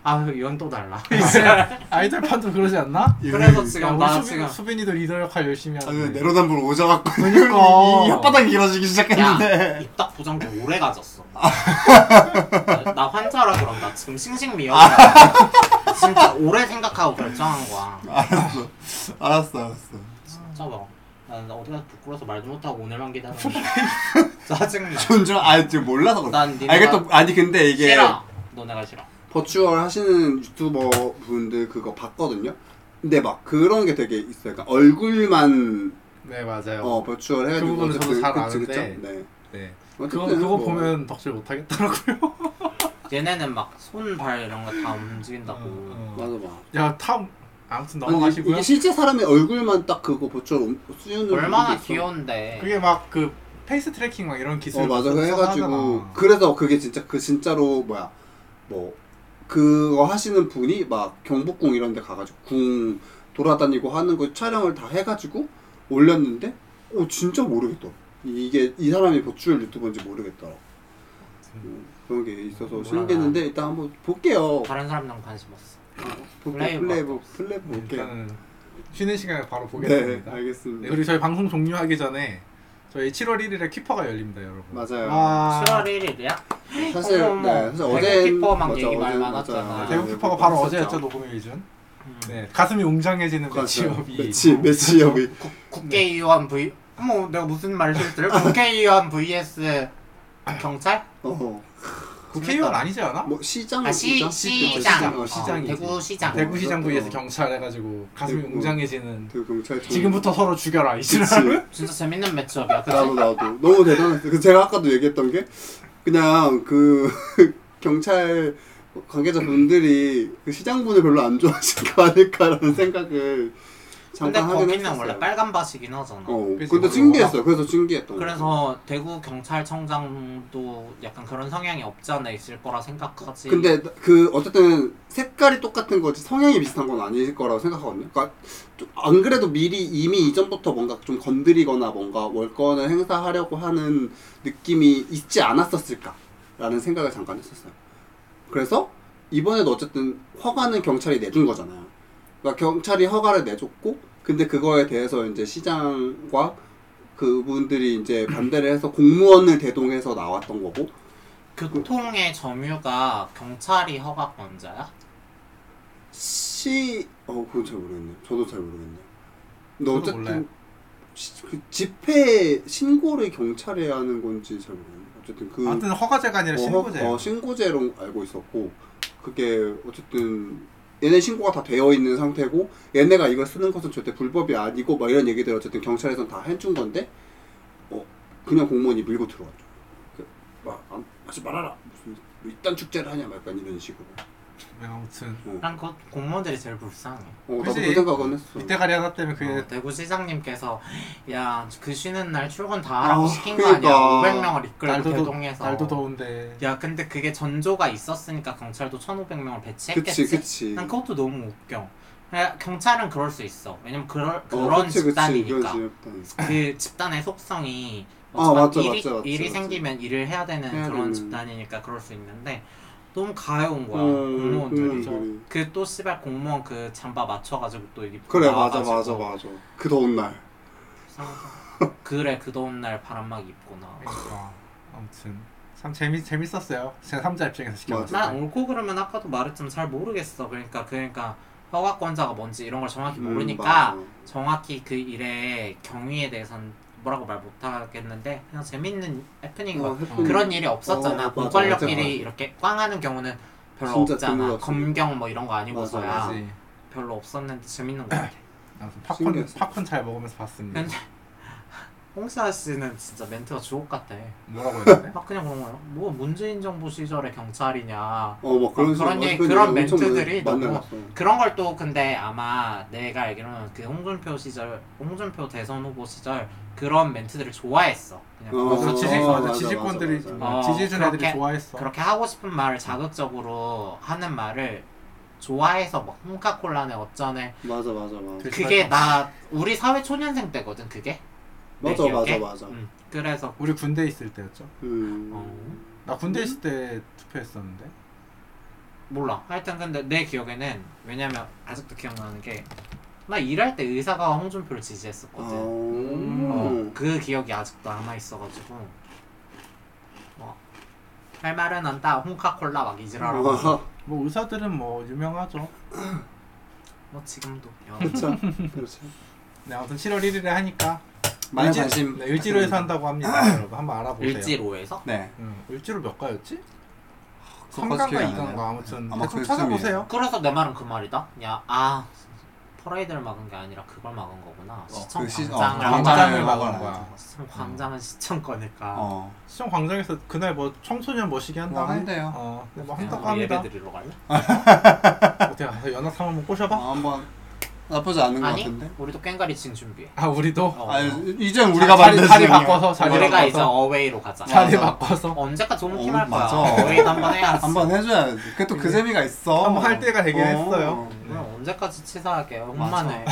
아, 이건 또 달라.
아이돌판도 그러지 않나?
이거-
그래서
야,
지금
우리
나
수빈,
지금.
수빈이도 리더 역할 열심히 하고.
아, 근데 내로남불 오져갖고
그러니까.
이 혓바닥이
어.
길어지기
야,
시작했는데 아.
입딱 보장도 오래 가졌어. 나, 나 환자라 그런다. 지금
아.
싱싱미역이야. 진짜 오래 생각하고 결정한 거야.
알았어 알았어 알았어
진짜 봐. 나, 나 어디 가서 부끄러워서 말도 못하고 오늘만 기다려. 짜증나.
존중 아니 지금 몰라서 그래
난 니네가-
아니, 이게 또- 아니 근데 이게
싫어. 너네가 싫어.
버추얼 하시는 유튜버 분들 그거 봤거든요 근데 막 그런 게 되게 있어요 그러니까 얼굴만
네 맞아요.
어 버추얼
그
해가지고
부분은 저도 잘
그치, 그치,
아는데.
네.
네. 그거
어쨌든
그거
뭐
보면 덕질 못 하겠더라고요.
얘네는 막 손, 발 이런 거 다 움직인다고.
맞아 맞아
어. 야 탐. 아무튼
아니,
넘어가시고요.
어. 이게 실제 사람의 얼굴만 딱 그거 버추얼 옴- 씌우는
얼마나
분도 있어.
귀여운데.
그게 막 그 페이스 트래킹 막 이런 기술.
어 맞아
써서
그 해가지고
하잖아.
그래서 그게 진짜 그 진짜로 뭐야 뭐 그거 하시는 분이 막 경복궁 이런 데 가가지고 궁 돌아다니고 하는 거 촬영을 다 해가지고 올렸는데 오 진짜 모르겠더라 이게 이 사람이 버추얼 유튜버인지 모르겠더라 음, 그런 게 있어서
몰라.
신기했는데 일단 한번 볼게요
다른 사람랑 관심 없어.
볼게
플레이브.
플레이브 플레이브 볼게요
음, 일단은 쉬는 시간에 바로
네,
보겠습니다. 네,
알겠습니다.
그리고 저희 방송 종료하기 전에 저희 7월 1일에 키퍼가 열립니다, 여러분.
맞아요.
와,
7월 1일이야?
사실
어머,
네, 사실 어제
배고프고 막 얘기 많이 많았잖아.
네,
대구 키퍼가 바로 어제였죠, 녹음의 기준. 네, 가슴이 그러니까 웅장해지는 매치업이. 뭐
매치 매치업이
국회의원 V 어머 내가 무슨 말을 했어요? 국회의원 vs 경찰?
뭐
어.
국회의원 아니지 않아?
뭐 시장
아, 시- 시장.
시장.
어, 시장
대구시장
대구-
대구시장
그렇죠.
vs 경찰 해가지고 가슴이
대구.
웅장해지는
그 경찰
지금부터 서로 죽여라 이
그치.
지랄
진짜 재밌는 매치업이야 그치?
나도 나도 너무 대단했어. 그 제가 아까도 얘기했던 게 그냥 그 경찰 관계자분들이 그 시장분을 별로 안 좋아하신 거 아닐까라는 생각을
근데
잠깐 하긴
거기는
했었어요.
원래 빨간 밭이긴 하잖아
어,
그치,
근데
거기
신기했어요. 그래서 신기했던.
뭐
거예요.
그래서 대구 경찰청장도 약간 그런 성향이 없지 않아 있을 거라 생각하지
근데 그 어쨌든 색깔이 똑같은 거지 성향이 비슷한 건 아닐 거라고 생각하거든요. 그러니까 좀 안 그래도 미리 이미 이전부터 뭔가 좀 건드리거나 뭔가 월권을 행사하려고 하는 느낌이 있지 않았었을까라는 생각을 잠깐 했었어요. 그래서 이번에도 어쨌든 허가는 경찰이 내준 거잖아요. 그러니까 경찰이 허가를 내줬고 근데 그거에 대해서 이제 시장과 그분들이 이제 반대를 해서 공무원을 대동해서 나왔던 거고
교통의 점유가 경찰이 허가권자야?
시... 어 그건 잘 모르겠네. 저도 잘 모르겠네. 근데
저도
어쨌든
몰라요.
시- 그 집회 신고를 경찰에 하는 건지 잘 모르겠네. 어쨌든 그
아무튼 허가제가 아니라 신고제
어, 신고제로 알고 있었고 그게 어쨌든 얘네 신고가 다 되어 있는 상태고 얘네가 이걸 쓰는 것은 절대 불법이 아니고 막 이런 얘기들 어쨌든 경찰에선 다 해준 건데 어 그냥 공무원이 밀고 들어왔죠. 그, 막 안- 하지 말아라 무슨 뭐 이딴 축제를 하냐 막 약간 이런 식으로.
네, 아무튼
난 그 공무원들이 제일 불쌍해
어 나도
그치.
그 생각은 했어.
이때가리 하나 때문에 그게
어, 대구 시장님께서 야 그 쉬는 날 출근 다 하라고
아,
시킨
그러니까.
거 아니야 500명을 이끌고
날도, 더,
대동해서
날도 더운데
야 근데 그게 전조가 있었으니까 경찰도 1500명을 배치했겠지
그치 그치.
난 그것도 너무 웃겨 그냥 경찰은 그럴 수 있어 왜냐면 그럴, 그런
그치, 그치.
집단이니까 그
그런 집단.
집단의 속성이
아,
정말
맞죠,
일이,
맞죠, 맞죠,
일이
맞죠.
생기면 일을 해야 되는
해야
그런
되는.
집단이니까 그럴 수 있는데 너무 가여운 거야
음,
공무원들이
공무원들이.
그 또 씨발 공무원 그 잠바 맞춰가지고 또 입고
그래 맞아
나와가지고
맞아 맞아. 그 더운 날.
이상하다. 그래 그 더운 날 바람막이 입고 나와
그러니까 아무튼 참 재미, 재밌었어요 제가 3자 입장에서 시켜봤을
맞아.
때
난 옳고 그름은 아까도 말했지만 잘 모르겠어 그러니까 그러니까 허가권자가 뭔지 이런 걸 정확히
음,
모르니까 어,
맞아.
정확히 그 일의 경위에 대해서는 뭐라고 말 못하겠는데 그냥 재밌는 해프닝인 것
어,
같아
해프닝.
그런 일이 없었잖아
어, 맞아,
공권력끼리
맞아.
이렇게 꽝 하는 경우는 별로
진짜
없잖아
드물었어.
검경 뭐 이런 거 아니고서야
맞아,
그지.
별로 없었는데 재밌는 것 같아
아무튼 팝콘,
신기했어.
팝콘 잘 먹으면서 봤습니다
근데 홍사 씨는 진짜 멘트가 주옥 같아
뭐라고 했는데?
막 그냥 그런 거예요. 뭐 문재인 정부 시절의 경찰이냐.
어, 뭐 그런
어, 그런
식으로
얘기,
완전히
그런
엄청
멘트들이
많이
너무-
날랐어.
그런 걸 또 근데 아마 내가 알기로는 그 홍준표 시절, 홍준표 대선 후보 시절 그런 멘트들을 좋아했어. 그냥
어,
그런
그렇지
지지-
식으로.
맞아,
맞아
맞아,
지지권들이
맞아.
정말
어,
지지해준
그렇게-
애들이 좋아했어
그렇게 하고 싶은 말을 자극적으로 하는 말을 좋아해서 막 홈카콜라네 어쩌네.
맞아 맞아 맞아.
그게 나 우리 사회 초년생 때거든 그게. 내
맞아
기억에.
맞아 맞아.
음, 그래서
우리 군대 있을 때였죠
음.
어,
나 군대 있을 때 투표했었는데
몰라. 하여튼 근데 내 기억에는 왜냐면 아직도 기억나는 게 나 일할 때 의사가 홍준표를
아,
지지했었거든. 어,
음.
그 기억이 아직도 남아 있어가지고 뭐, 할 말은 한다 홍카콜라 막 이지라라고
아,
뭐 의사들은 뭐 유명하죠
뭐 지금도
어,
야,
그렇죠 그렇죠.
네 아무튼 7월 1일에 하니까
많은
일지-
관심
네, 일지로에서 한다고 합니다 여러분 한번 알아보세요
일지로에서
네.
음, 일지로 몇 가였지?
그것까지
3강가
기억이 안
2강가
나네요.
아무튼
아마
대충
그쯤이에요.
찾아보세요
그래서 내 말은 그 말이다 야 아 퍼레이드를 막은 게 아니라 그걸 막은 거구나 시청
그 시- 어,
광장을 막은
광장을
거야. 어,
막은 거야.
시청 광장은 시청 거니까
어.
시청 광장에서 그날 뭐 청소년 멋이기 한다고
뭐 한대요. 아,
어, 네, 뭐
그냥
한다고
우리
합니다
예배 드리러 갈래?
어떻게 가서 연합 상을 한번
아,
꼬셔봐?
한번 나쁘지 않은 것
아니
같은데.
우리도 깽가리친 준비해
아 우리도?
어.
아니 이젠
우리가
우리가
자리,
만든
자리 바꿔서 자리
우리가 이제
바꿔서
어웨이로 가자
자리
맞아.
바꿔서
언제까지
어,
홈팀할 거야
맞아.
어웨이도 한번 해야지
한번 해줘야지. 그게 또 그 재미가 있어.
한번 할 때가 되긴
어.
했어요.
오늘 언제까지 치사하게요?
맞아.
홈만에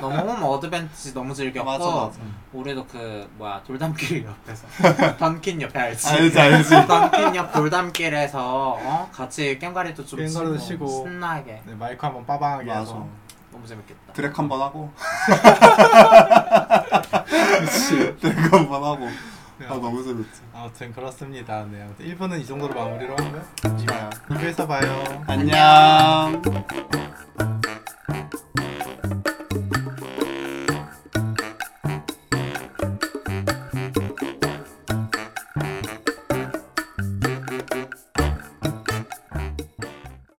너무 홈 어드벤치 너무 즐겼고
맞아 맞아.
우리도 그 뭐야 돌담길 옆에서 던킨 옆에 알지?
아, 알지 알지.
던킨 옆 돌담길에서 어? 같이 깸가리도 좀
꽹과리도 치고.
신나게
네, 마이크 한번 빠방하게
맞아.
해서
너무 재밌겠다.
드랙 한 번 하고
그치.
드랙 한 번 하고
네,
아 너무 재밌지
아무튼 그렇습니다. 네, 그 아무튼 1부는 이 정도로 마무리로 하고요.
좋아요
2부에서 봐요.
안녕